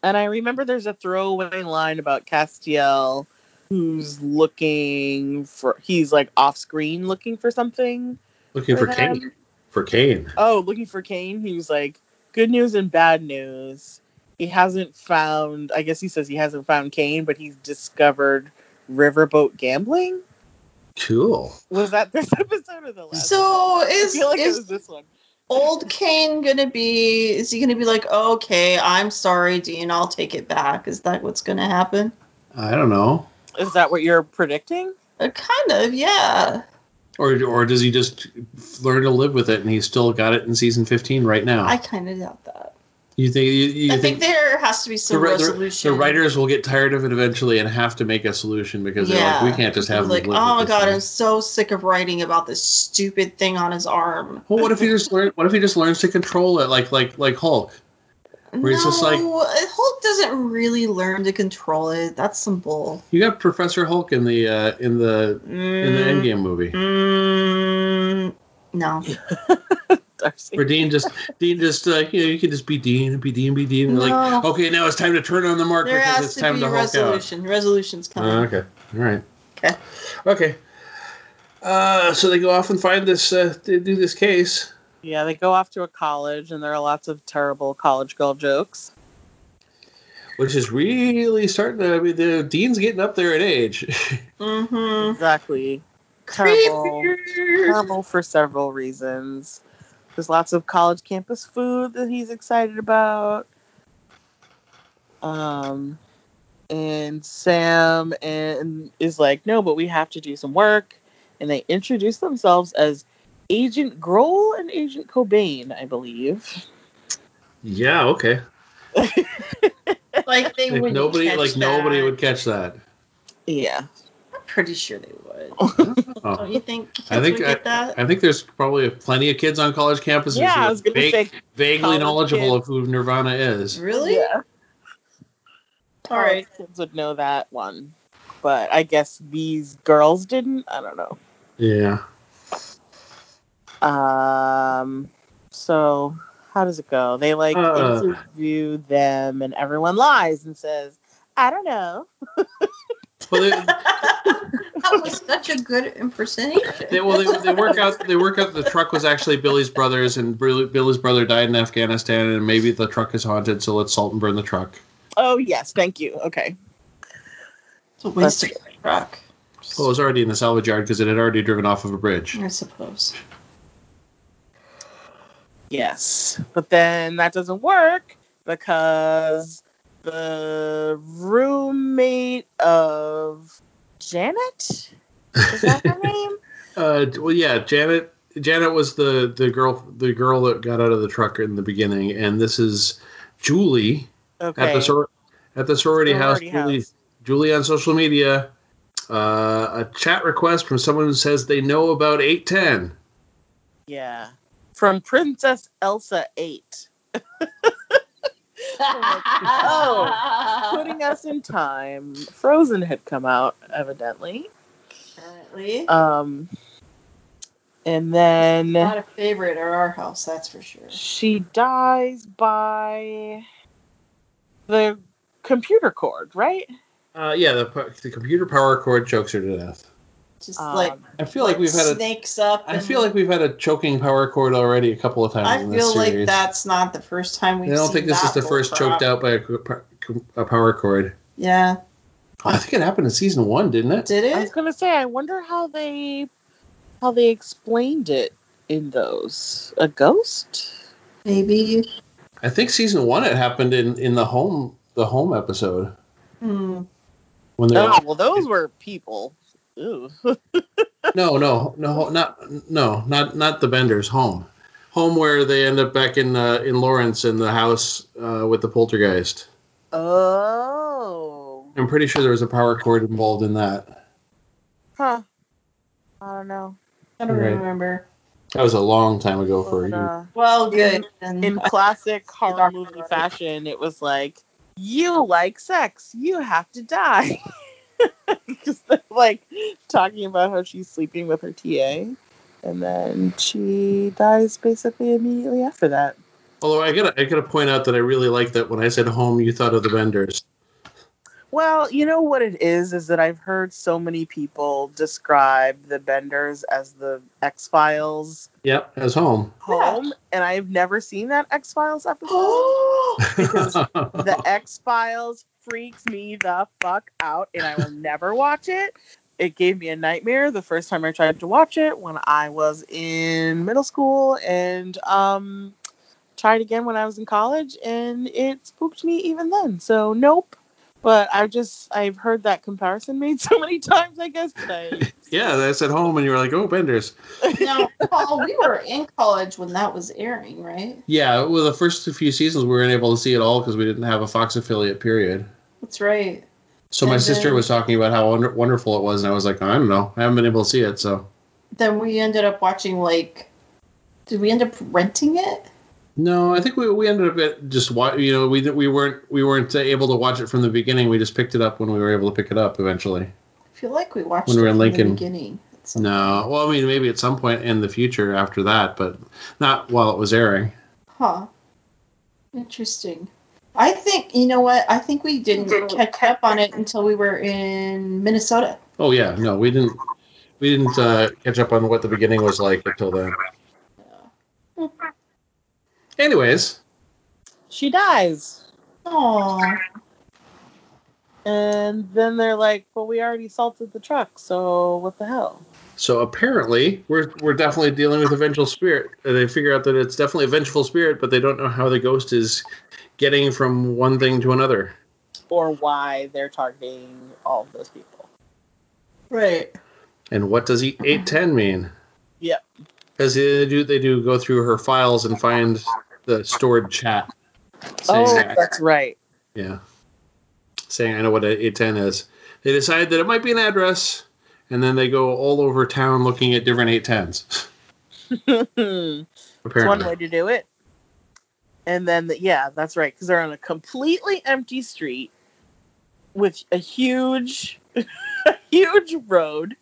A: And I remember there's a throwaway line about Castiel who's looking for he's like off screen looking for something.
C: Looking for,
A: for them.
C: Cain. For Cain.
A: Oh, looking for Kane. He was like, good news and bad news. He hasn't found I guess he says he hasn't found Kane, but he's discovered riverboat gambling.
C: Cool.
A: Was that this episode or the last?
D: So is
A: I feel like it
D: is
A: was this one.
D: old Kane gonna be? Is he gonna be like, okay, I'm sorry, Dean, I'll take it back? Is that what's gonna happen?
C: I don't know.
A: Is that what you're predicting?
D: Uh, kind of, yeah.
C: Or or does he just learn to live with it and he's still got it in season 15 right now?
D: I kind of doubt that.
C: you think you, you
D: I
C: think,
D: think, there has to be
C: the,
D: some
C: ri- the-
D: resolution.
C: the writers will get tired of it eventually and have to make a solution because they're like, we can't just have him
D: like, oh
C: live with
D: my
C: this
D: god,
C: thing."
D: I'm so sick of writing about this stupid thing on his arm.
C: Well, what if he just learn? What if he just learns to control it, like like like Hulk? Where he's
D: no,
C: just like-
D: Hulk doesn't really learn to control it. That's some bull.
C: You got Professor Hulk in the uh, in the in the Endgame movie,
D: Mm, no.
A: Darcy.
C: where Dean just Dean just uh, you know you can just be Dean and be Dean be Dean. and Like
D: No.
C: okay, now it's time to turn on the mark
D: There
C: because
D: has
C: it's
D: to
C: time
D: be
C: to Hulk out.
D: resolution. Resolution's
A: Oh,
D: coming.
C: Uh, okay, all right.
D: 'Kay.
C: Okay. Uh, so they go off and find this uh, they do this case.
A: Yeah, they go off to a college, and there are lots of terrible college girl jokes.
C: Which is really starting to. I mean, the Dean's getting up there in age.
D: Mm-hmm.
A: Exactly. Terrible.
D: Creepers.
A: Terrible for several reasons. There's lots of college campus food that he's excited about. Um, and Sam and is like, no, but we have to do some work. And they introduce themselves as Agent Grohl and Agent Cobain, I believe.
C: yeah. Okay.
D: Like they
C: Like,
D: would
C: nobody
D: catch
C: like nobody
D: that.
C: would catch that.
A: Yeah.
D: I'm pretty sure they would. Don't
C: Oh.
D: you think kids
C: I think
D: would get that?
C: I think there's probably plenty of kids on college campuses
A: Yeah,
C: who
A: I
C: are
A: was gonna
C: vague-
A: say
C: vaguely
A: college
C: knowledgeable
A: kids.
C: of who Nirvana is.
D: really?
A: Yeah.
D: All right.
A: College kids would know that one. But I guess these girls didn't. I don't know.
C: Yeah.
A: Um, so how does it go? They like
C: Uh.
A: interview them, and everyone lies and says, "I don't know."
C: Well, they,
D: that was such a good impersonation.
C: they, well, they, they work out. They work out. The truck was actually Billy's brother's, and Bri- Billy's brother died in Afghanistan, and maybe the truck is haunted. So let's salt and burn the truck.
A: Oh yes, thank you. Okay,
D: It's a waste of truck.
C: Well, it was already in the salvage yard because it had already driven off of a bridge.
D: I suppose.
A: yes, but then that doesn't work because the roommate of Janet is that her name?
C: Uh, well, yeah, Janet. Janet was the the girl the girl that got out of the truck in the beginning, and this is Julie
A: Okay,
C: at the sor- at the sorority,
A: Sorority
C: house. Julie,
A: house.
C: Julie on social media. Uh, a chat request from someone who says they know about eight ten.
A: yeah, from Princess Elsa Eight,
D: Oh.
A: putting us in time. Frozen had come out evidently.
D: Apparently.
A: Um, and then
D: Not a favorite at our house, that's for sure.
A: she dies by the computer cord, right?
C: Uh, yeah, the pu- the computer power cord chokes her to death.
D: Just
A: Um,
D: like
C: I feel like we've had a
D: snakes up.
C: I
D: and-
C: feel like we've had a choking power cord already a couple of times.
D: I
C: in this
D: feel like
C: series.
D: that's not the first time
C: I
D: we've.
C: don't
D: seen
C: think this is
D: that
C: the
D: bull
C: first
D: crap.
C: choked out by a, co- a power cord.
D: Yeah,
C: I think it happened in season one, didn't it?
D: did
A: I was
D: it?
A: gonna say, I wonder how they how they explained it in those. A ghost?
D: Maybe.
C: I think season one it happened in in the home the home episode
D: Hmm.
C: when they
A: Oh well, those were people. Ooh.
C: no no no not no not not the Benders home home where they end up back in uh, in Lawrence in the house uh, with the poltergeist.
A: Oh.
C: I'm pretty sure there was a power cord involved in that.
A: Huh. I don't know.
D: I don't
C: Right.
D: remember.
C: That was a long time ago for
A: But,
C: you.
A: uh,
D: Well, good. then.
A: in classic horror
D: Dark
A: movie
D: Knight.
A: fashion, it was like, you like sex, you have to die. Because they're like talking about how she's sleeping with her TA. And then she dies basically immediately after that.
C: Although I gotta I gotta point out that I really like that when I said home you thought of the Benders.
A: Well, you know what it is, is that I've heard so many people describe the Benders as the X Files
C: Yep, as home.
A: home, and I've never seen that X Files episode.
D: Oh,
A: Because the X Files freaks me the fuck out, and I will never watch it. it gave me a nightmare the first time I tried to watch it when I was in middle school and um, tried again when I was in college and it spooked me even then. So nope. But I've just I've heard that comparison made so many times, I guess, today.
C: Yeah, that's at home, and you were like, "Oh, Benders."
D: Now, Paul, we were in college when that was airing, right?
C: Yeah, well, the first few seasons we weren't able to see it all because we didn't have a Fox affiliate. Period.
D: That's right.
C: So my
D: And
C: sister
D: then-
C: was talking about how wonder- wonderful it was, and I was like, "I don't know, I haven't been able to see it." So
D: Then we ended up watching like, did we end up renting it?
C: no, I think we, we ended up at just wa- you know we didn't- we weren't we weren't uh, able to watch it from the beginning. We just picked it up when we were able to pick it up eventually.
D: I feel like we watched
C: When we were
D: it
C: in
D: from
C: Lincoln.
D: the beginning. at some
C: No, well, I mean maybe at some point in the future after that, but not while it was airing.
D: Huh. Interesting. I think you know what? I think we didn't catch up on it until we were in Minnesota.
C: Oh yeah, no, we didn't we didn't uh, catch up on what the beginning was like until then. Anyways,
A: She dies.
D: Oh,
A: And then they're like, Well, we already salted the truck, so what the hell?
C: so apparently we're we're definitely dealing with a vengeful spirit. Uh, They figure out that it's definitely a vengeful spirit, but they don't know how the ghost is getting from one thing to another.
A: Or why they're targeting all of those people.
D: right.
C: And what does he eight ten mean?
A: Yep.
C: Because they do they do go through her files and find the stored chat. saying
A: oh,
C: that.
A: that's right.
C: Yeah. Saying I know what an 810 is. They decide that it might be an address, and then they go all over town looking at different 810s.
A: it's one
C: Apparently.
A: way to do it. And then, the, yeah, that's right, because they're on a completely empty street with a huge, a huge road,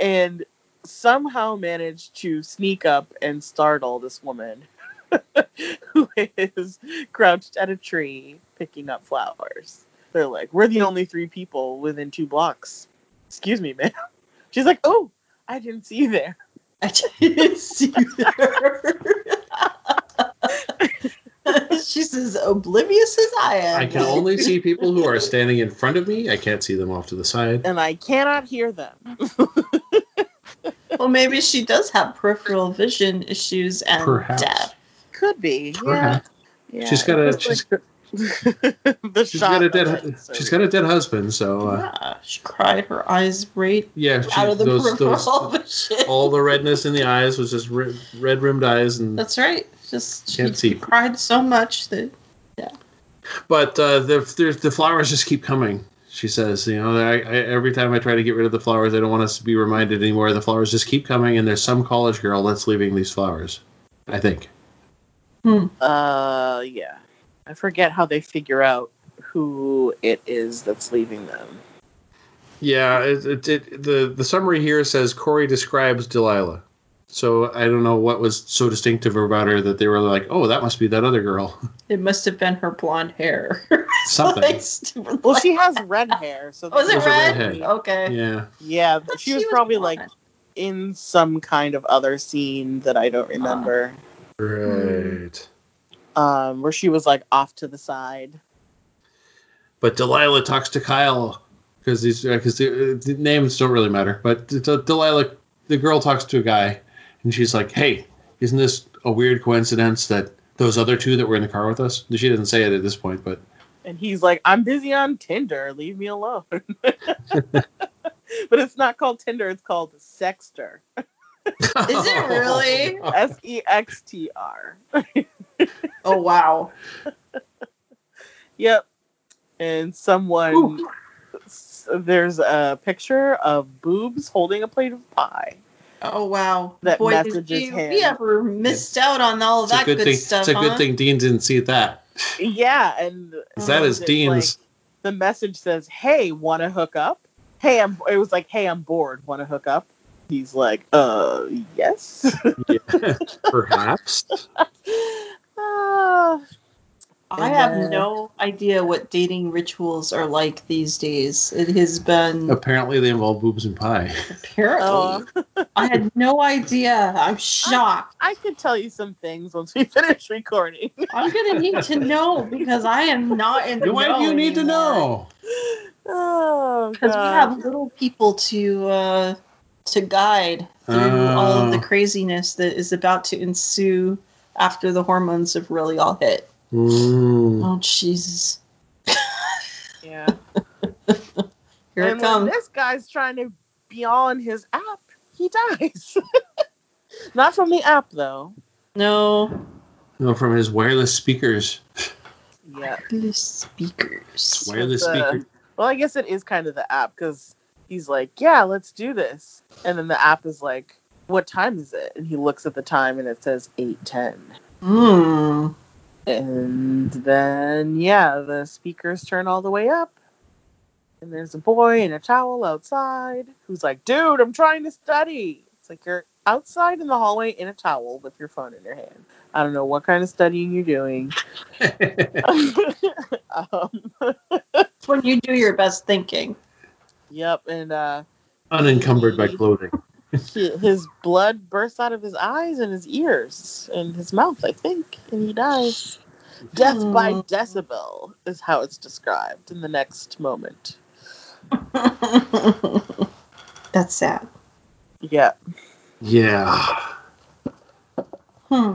A: and somehow manage to sneak up and startle this woman who is crouched at a tree picking up flowers. They're like, we're the only three people within two blocks. Excuse me, ma'am. She's like, oh, I didn't see you there.
D: I didn't see you there. She's as oblivious as I am.
C: I can only see people who are standing in front of me. I can't see them off to the side.
A: And I cannot hear them.
D: Well, maybe she does have peripheral vision issues and
C: Perhaps.
D: deaf.
A: Could be. Yeah.
C: Perhaps.
A: yeah.
C: She's got a-
A: It's just like- the
C: She's
A: shot
C: got a
A: of
C: dead.
A: it, so-
C: She's got a dead husband. So uh,
D: Yeah, she cried. Her eyes right
C: yeah, she,
D: out of the
C: those,
D: peripheral
C: those,
D: vision.
C: all the redness in the eyes was just ri- red rimmed eyes, and
D: That's right. Just she
C: Can't see.
D: cried so much that
C: But uh, the there's, the flowers just keep coming. She says, you know, I, I, every time I try to get rid of the flowers, I don't want us to be reminded anymore. The flowers just keep coming, and there's some college girl that's leaving these flowers. I think.
A: Uh, yeah. I forget how they figure out who it is that's leaving them.
C: Yeah, it, it, it, the the summary here says Corey describes Delilah. So I don't know what was so distinctive about her that they were like, oh, that must be that other girl.
D: it must have been her blonde hair.
C: Something.
D: Like, stupid-
A: Well, she has red hair, so
D: was Oh, it
C: was a
D: red?
C: redhead.
D: Okay.
C: yeah.
A: Yeah,
D: But
A: she was probably like
D: blonde.
A: in some kind of other scene that I
C: Ah.
A: don't remember,
C: Right.
A: um, where she was like off to the side.
C: But Delilah talks to Kyle because these because the, the names don't really matter. But D- D- Delilah, the girl, talks to a guy, and she's like, "Hey, isn't this a weird coincidence that those other two that were in the car with us?" She didn't say it at this point, but
A: And he's like, I'm busy on Tinder. Leave me alone. but it's not called Tinder, it's called Sexter.
D: Is it really?
A: S E X T R.
D: Oh wow.
A: Yep. And someone,
C: Ooh.
A: s- there's a picture of boobs holding a plate of pie.
D: Oh wow.
A: That
D: Boy, did
A: messages
D: we,
A: him.
D: we ever missed out on all of
C: It's a
D: that
C: good
D: good,
C: thing.
D: stuff.
C: it's a good
D: huh?
C: thing Dean didn't see that.
A: Yeah, and
C: 'Cause that is
A: it's
C: Dean's.
A: like, the message says, "Hey, want to hook up?" Hey, I'm. It was like, "Hey, I'm bored. Want to hook up?" He's like, "Uh, yes."
C: Perhaps.
A: Ah.
D: I
A: And
D: have
A: then-
D: no idea what dating rituals are like these days. It has been
C: Oh. Apparently, they involve boobs and pie.
D: apparently
A: Oh.
D: I had no idea. I'm shocked.
A: I could tell you some things once we finish recording.
D: I'm gonna need to know because I am not in the
C: Why do you need to know?
A: oh,
D: Because we
A: God.
C: Uh,
D: have little people to uh, to guide through all of the
C: Oh.
D: craziness that is about to ensue after the hormones have really all hit.
C: Mm.
D: Oh Jesus!
A: Yeah.
D: Here
A: and
D: it
A: when
D: comes.
A: this guy's trying to be on his app, he dies. Not from the app, though.
D: No
C: No, from his wireless speakers.
A: Yeah.
D: Blue speakers.
C: Wireless
A: With the-
C: speaker.
A: Well, I guess it is kind of the app because he's like, yeah, let's do this. And then the app is like, what time is it? And he looks at the time and it says 810.
D: Mm.
A: And then, yeah, the speakers turn all the way up. And there's a boy in a towel outside who's like, dude, I'm trying to study. It's like you're outside in the hallway in a towel with your phone in your hand. I don't know what kind of studying you're doing. um,
D: It's when you do your best thinking.
A: yep. And uh,
C: Unencumbered by clothing.
A: he, his blood bursts out of his eyes and his ears and his mouth, I think. And he dies. Death by
D: Hmm.
A: decibel is how it's described in the next moment.
D: That's sad.
A: Yeah.
C: Yeah.
D: Hmm.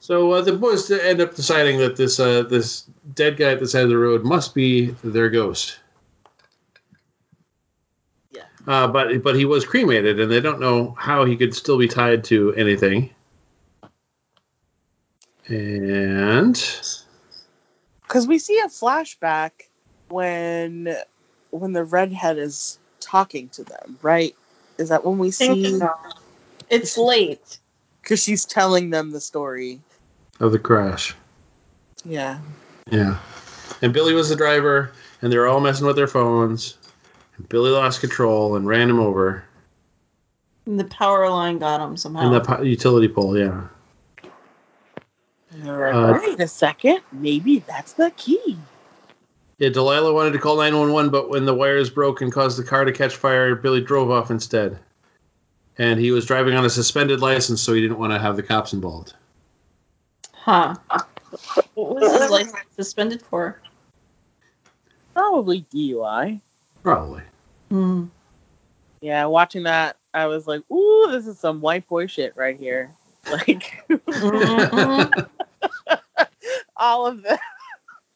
C: So uh, the boys end up deciding that this uh, this dead guy at the side of the road must be their ghost.
A: Yeah.
C: Uh, but but he was cremated, and they don't know how he could still be tied to anything. And
A: because we see a flashback when when the redhead is talking to them right is that when we see
D: It's late.
A: because she's telling them the story
C: of the crash,
A: yeah
C: yeah. And Billy was the driver, and they were all messing with their phones. And Billy lost control and ran him over,
D: And the power line got him somehow.
C: and the po- utility pole, yeah.
A: and they were
C: Uh,
A: like, wait a second maybe that's the key
C: Yeah, Delilah wanted to call 911, but when the wires broke and caused the car to catch fire, Billy drove off instead. And he was driving on a suspended license, so he didn't want to have the cops involved.
D: huh. What was his license suspended for?
A: probably dui
C: Probably.
D: Hmm.
A: yeah watching that i was like ooh this is some white boy shit right here like
D: Mm-mm.
A: all of the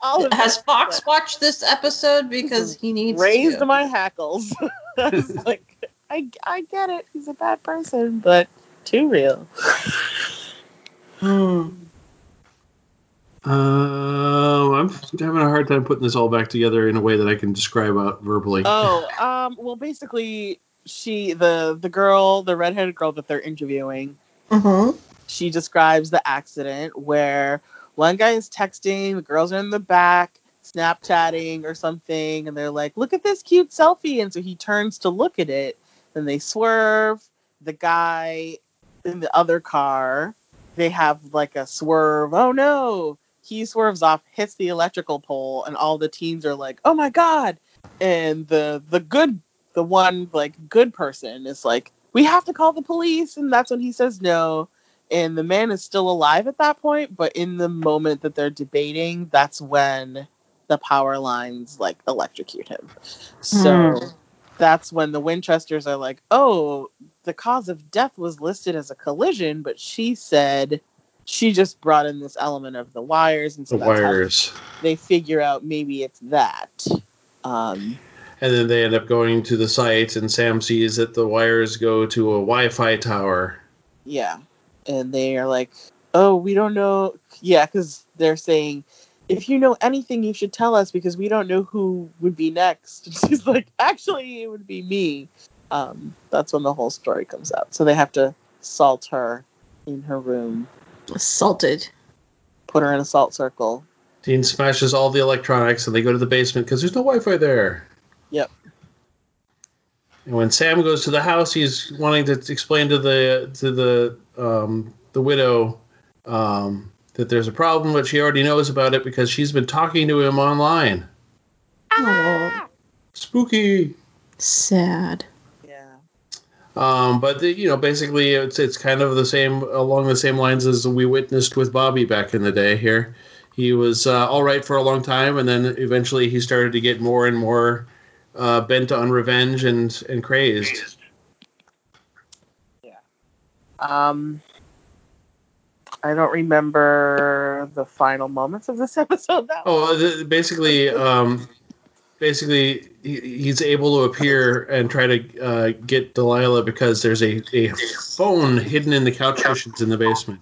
A: all of
D: Has
A: this
D: Fox watched this episode because he needs
A: raised
D: to.
A: my hackles i was like I, I get it he's a bad person but too real
D: Hmm.
C: Um, I'm having a hard time putting this all back together in a way that I can describe out verbally.
A: Oh, um, well, basically, she the the girl, the redheaded girl that they're interviewing,
D: Mhm.
A: she describes the accident where one guy is texting, the girls are in the back, Snapchatting or something, and they're like, "Look at this cute selfie," and so he turns to look at it, then they swerve. The guy in the other car, they have like a swerve. Oh no! He swerves off, hits the electrical pole, and all the teens are like, "Oh my god!" And the the good, the one like good person is like, "We have to call the police," and that's when he says no and the man is still alive at that point but in the moment that they're debating that's when the power lines like electrocute him so
D: Hmm.
A: that's when the winchesters are like oh the cause of death was listed as a collision but she said she just brought in this element of the wires and so
C: the
A: that's how
C: wires.
A: they figure out maybe it's that um
C: And then they end up going to the site, and Sam sees that the wires go to a Wi Fi tower.
A: Yeah. And they are like, oh, we don't know. Yeah, because they're saying, if you know anything, you should tell us because we don't know who would be next. And she's like, actually, it would be me. Um, that's when the whole story comes out. So they have to salt her in her room,
D: Assaulted.
A: put her in a salt circle.
C: Dean smashes all the electronics, and they go to the basement because there's no Wi Fi there.
A: Yep.
C: And when Sam goes to the house, he's wanting to explain to the to the um, the widow um, that there's a problem, but she already knows about it because she's been talking to him online.
D: Oh,
C: Spooky.
D: sad.
A: Yeah.
C: Um, but the, you know, basically, it's it's kind of the same along the same lines as we witnessed with Bobby back in the day. Here, he was uh, all right for a long time, and then eventually he started to get more and more uh, bent on revenge and and crazed.
A: Um, I don't remember the final moments of this episode. That
C: Oh, the, basically, um, basically, he, he's able to appear and try to uh, get Delilah because there's a, a phone hidden in the couch cushions in the basement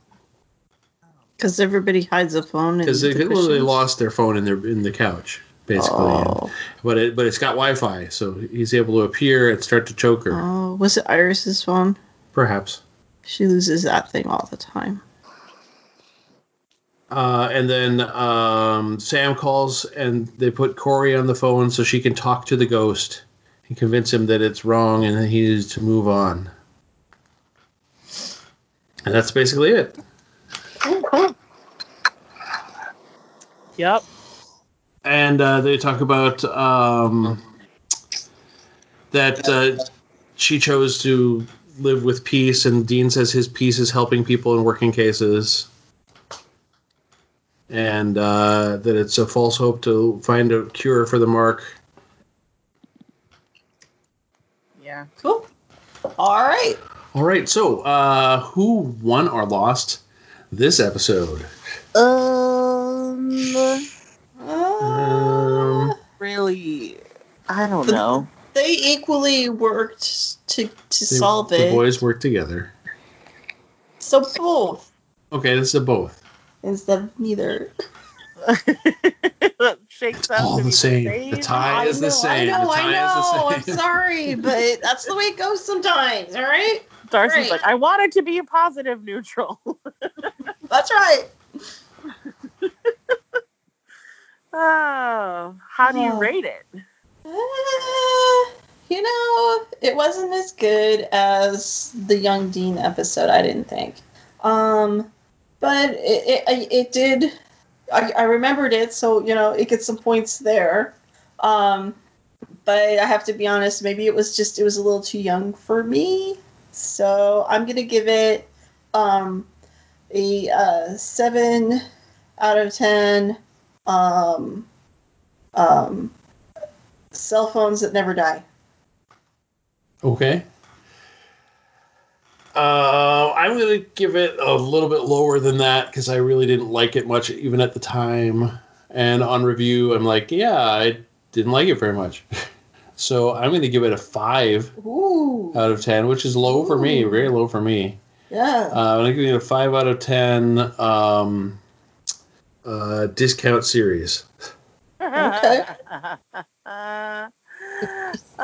D: Because everybody hides a phone.
C: because
D: in
C: they,
D: the
C: well, they
D: cushions.
C: lost their phone in their in the couch basically.
D: Oh.
C: But it but it's got Wi-Fi, so he's able to appear and start to choke her,
D: oh, was it Iris's phone?
C: perhaps.
D: She loses that thing all the time.
C: Uh, and then um, Sam calls, and they put Corey on the phone so she can talk to the ghost and convince him that it's wrong and that he needs to move on. And that's basically it.
A: Yep.
C: And uh, they talk about um, that uh, she chose to live with peace, and Dean says his peace is helping people in working cases. And uh, that it's a false hope to find a cure for the mark.
A: Yeah.
D: Cool. All right.
C: All right, so uh, who won or lost this episode?
A: Um.
C: Um,
A: Really, I don't know.
D: they equally worked to to
C: the-
D: solve
C: the
D: it.
C: boys work together.
D: So both
C: Okay, this is a both.
D: instead of neither.
A: Shakes
C: It's
A: out
C: all
A: to
C: the
A: be
C: same. The tie
D: I
C: is the
D: know,
C: same.
D: I know,
C: the tie
D: I know.
C: Is the
D: I'm
C: same.
D: sorry, but that's the way it goes sometimes. All right.
A: Darcy's
D: Right.
A: like, I want it to be a positive neutral.
D: That's right.
A: oh, how do you
D: Oh.
A: rate it?
D: Uh, you know, it wasn't as good as the Young Dean episode. I didn't think, um, but it it, I- it did. I, I remembered it, so you know, it gets some points there. Um, but I have to be honest, maybe it was just it was a little too young for me. So I'm gonna give it um, a uh, seven out of ten. Um, um, cell phones that never die.
C: Okay. Uh, I'm going to give it a little bit lower than that because I really didn't like it much, even at the time. And on review, I'm like, yeah, I didn't like it very much. so I'm going to give it a five
D: Ooh.
C: out of 10, which is low for me,
D: Ooh.
C: very low for me.
D: yeah.
C: Uh, I'm going to give it a five out of 10 um, uh, discount series.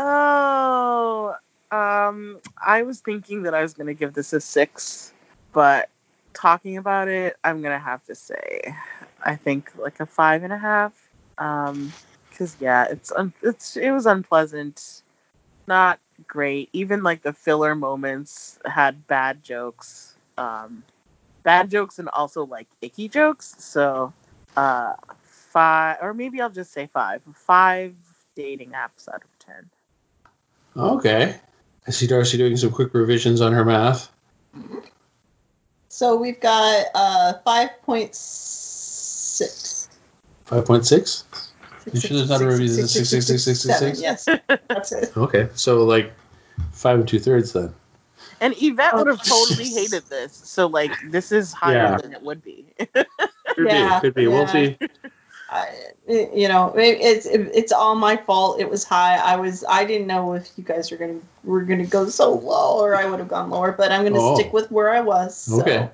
A: oh, um, I was thinking that I was going to give this a six, but talking about it, I'm going to have to say, I think like a five and a half. Um, because yeah, it's un- it's it was unpleasant, not great. Even like the filler moments had bad jokes. Um, bad jokes and also like icky jokes. So, uh, five or maybe I'll just say five. Five dating apps out of ten.
C: Okay. I see Darcy doing some quick revisions on her math.
D: So we've got uh, 5.6.
C: 5.6? You sure there's not a review that's
D: Six, six, six, six, six, six, six, seven, Yes, that's it.
C: Okay, so like five and two thirds then.
A: And Yvette
D: Oh,
A: would have totally
D: jeez.
A: hated this. So like this is higher
C: Yeah.
A: than it would be.
C: Could
D: Yeah,
C: be, could be. We'll
D: yeah.
C: see.
D: I, you know, it, it's it, it's all my fault. It was high. I was I didn't know if you guys were gonna were gonna go so low, or I would have gone lower. But I'm gonna
C: Oh.
D: stick with where I was. So.
C: Okay.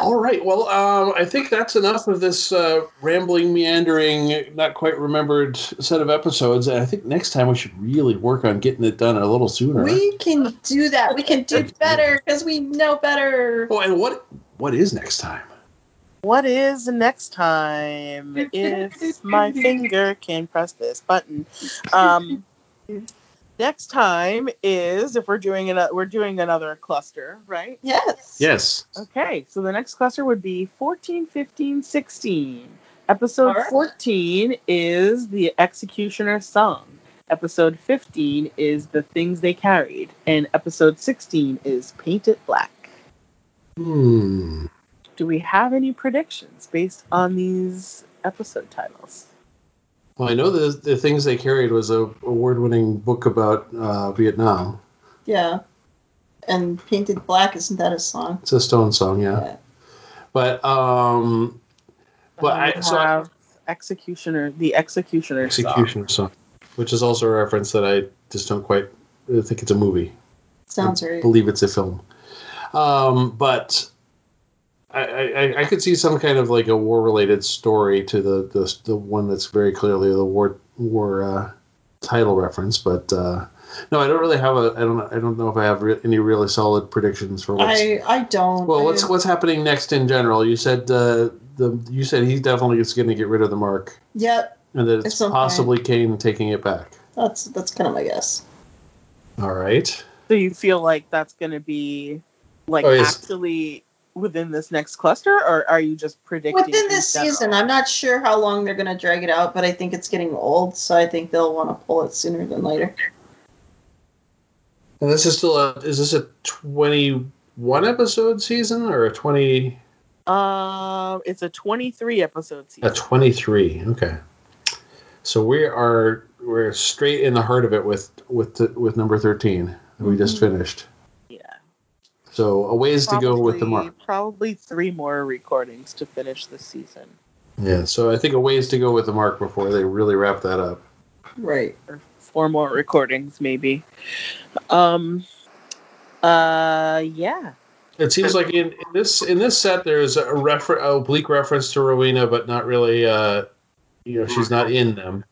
C: All right. Well, um, I think that's enough of this uh, rambling, meandering, not quite remembered set of episodes. And I think next time we should really work on getting it done a little sooner.
D: We can do that. We can do
C: Okay.
D: better because we know better.
C: oh, and what what is next time?
A: What is next time? If my finger can press this button. Um next time is if we're doing an we're doing another cluster, right?
D: Yes.
C: Yes.
A: Okay, so the next cluster would be 14, 15, 16. Episode
D: All right.
A: 14 is the Executioner Song. Episode 15 is The Things They Carried. And episode 16 is Paint It Black.
C: Hmm.
A: Do we have any predictions based on these episode titles?
C: Well, I know the the things they carried was a award winning book about uh, Vietnam.
D: Yeah. And Painted Black, isn't that a song?
C: It's a Stone song, yeah.
D: Yeah.
C: But um, Well,
A: And we
C: I- so I-
A: have Executioner, the Executioner. Execution.
C: executioner song, which is also a reference that I just don't quite I think it's a movie.
D: Sounds right.
C: believe it's a film. Um, but I, I, I could see some kind of like a war related story to the, the the one that's very clearly the war war uh, title reference. But uh, no, I don't really have a I don't I don't know if I have re- any really solid predictions for what's
D: I, I don't.
C: well what's
D: I-
C: what's happening next in general. You said uh, the you said he definitely is going to get rid of the mark,
D: Yep.
C: and that it's,
D: It's okay.
C: possibly Kane taking it back.
D: That's that's kind of my guess.
C: All right.
A: So you feel like that's going to be like
C: Oh, yes.
A: actually within this next cluster, or are you just predicting
D: Within
A: in
D: this
A: general?
D: season, I'm not sure how long they're going to drag it out, but I think it's getting old, so I think they'll want to pull it sooner than later.
C: And this is still a is this a twenty one episode season or a twenty
A: Um, it's a 23 episode
C: a
A: season.
C: twenty three? Okay. So we are we're straight in the heart of it with with the, with number thirteen that we just
D: Mhm.
C: finished.
A: Yeah.
C: So a ways to go with the mark.
A: Probably three more recordings to finish the season.
C: Yeah. So I think a ways to go with the mark before they really wrap that up.
D: Right.
A: or four more recordings maybe um uh yeah
C: It seems like in, in this in this set there's a refer- a oblique reference to Rowena, but not really. Uh, you know, she's not in them.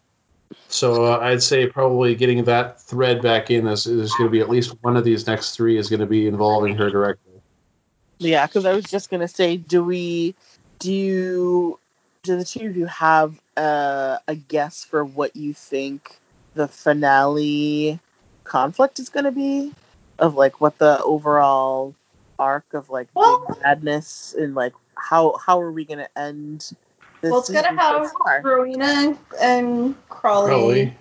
C: So uh, I'd say probably getting that thread back in is, is going to be at least one of these next three is going to be involving her directly.
A: yeah because i was just gonna say do we do you, do the two of you have uh, a guess for what you think the finale conflict is gonna be of like what the overall arc of like
D: Well-
A: the madness and like how how are we gonna end this
D: Well, it's gonna
A: season so
D: have-
A: far?
D: Rowena and, and Crawley.
C: Probably,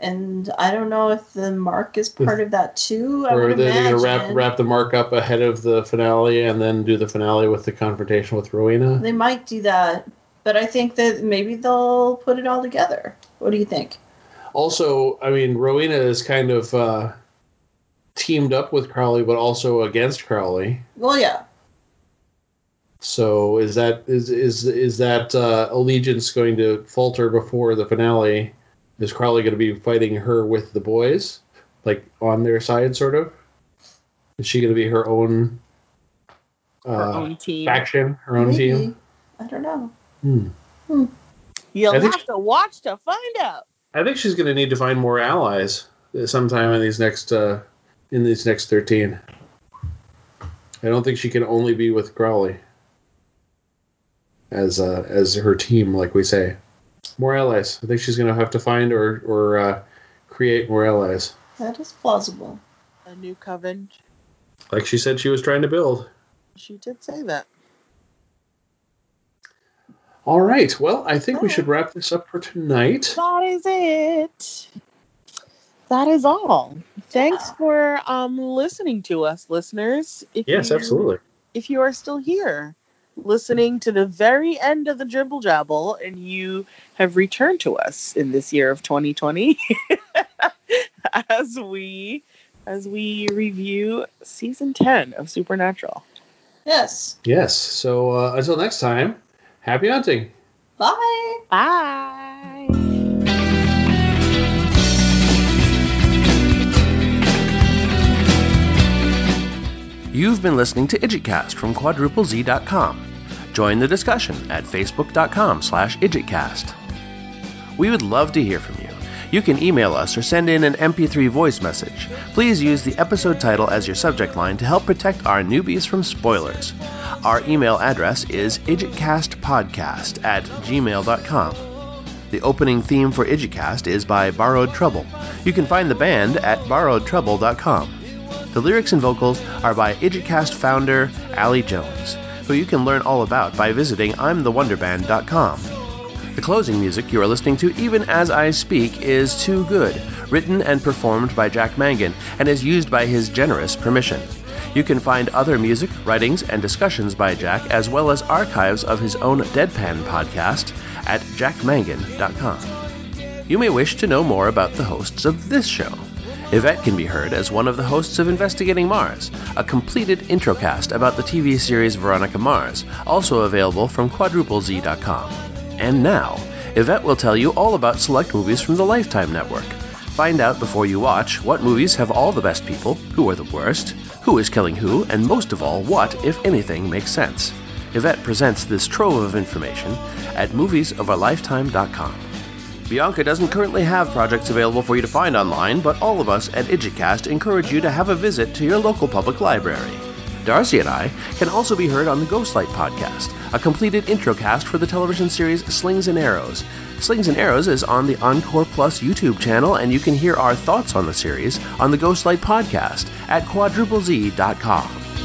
D: And I don't know if the mark is part of that too. I
C: or
D: would
C: they're going
D: imagine.
C: to wrap wrap the mark up ahead of the finale and then do the finale with the confrontation with Rowena.
D: They might do that, but I think that maybe they'll put it all together. What do you think?
C: Also, I mean, Rowena is kind of uh, teamed up with Crowley, but also against Crowley.
D: Well, yeah,
C: So is that is is is that uh, allegiance going to falter before the finale? Is Crowley going to be fighting her with the boys, like on their side, sort of? Is she going to be her own, uh,
A: Our own team.
C: faction, her own
D: maybe.
C: team?
D: I don't know.
C: Hmm.
A: You'll
C: I think-
A: have to watch to find out.
C: I think she's going to need to find more allies sometime in these next uh, in these next thirteen. I don't think she can only be with Crowley as uh, as her team, like we say. More allies. I think she's going to have to find or or uh, create more allies,
D: That is plausible.
A: A new coven.
C: like she said she was trying to build.
A: She did say that.
C: All right. Well, I think we should wrap this up for tonight.
A: That is it. That is all. Thanks for um, listening to us, listeners. If
C: Yes,
A: you-
C: absolutely.
A: If you are still here, listening to the very end of the Dribble Jabble, and you have returned to us in this year of 2020, as we as we review season 10 of Supernatural.
D: Yes.
C: Yes. So uh, until next time, happy hunting.
D: Bye.
A: Bye.
F: You've been listening to IdgitCast from quadruplez.com. Join the discussion at facebook.com slash IdgitCast. We would love to hear from you. You can email us or send in an MP3 voice message. Please use the episode title as your subject line to help protect our newbies from spoilers. Our email address is idgitcastpodcast at gmail.com. The opening theme for IdgitCast is by Borrowed Trouble. You can find the band at borrowedtrouble.com. The lyrics and vocals are by IdgitCast founder Ali Jones, who you can learn all about by visiting I'mTheWonderBand.com. The closing music you are listening to, even as I speak, is Too Good, written and performed by Jack Mangan and is used by his generous permission. You can find other music, writings, and discussions by Jack, as well as archives of his own Deadpan podcast at jackmangan.com. You may wish to know more about the hosts of this show. Yvette can be heard as one of the hosts of Investigating Mars, a completed introcast about the TV series Veronica Mars, also available from quadruplez.com. And now, Yvette will tell you all about select movies from the Lifetime Network. Find out before you watch what movies have all the best people, who are the worst, who is killing who, and most of all, what, if anything, makes sense. Yvette presents this trove of information at moviesofourlifetime.com. Bianca doesn't currently have projects available for you to find online, but all of us at Idgicast encourage you to have a visit to your local public library. Darcy and I can also be heard on the Ghostlight podcast, a completed introcast for the television series Slings and Arrows. Slings and Arrows is on the Encore Plus YouTube channel, and you can hear our thoughts on the series on the Ghostlight podcast at quadruplez.com.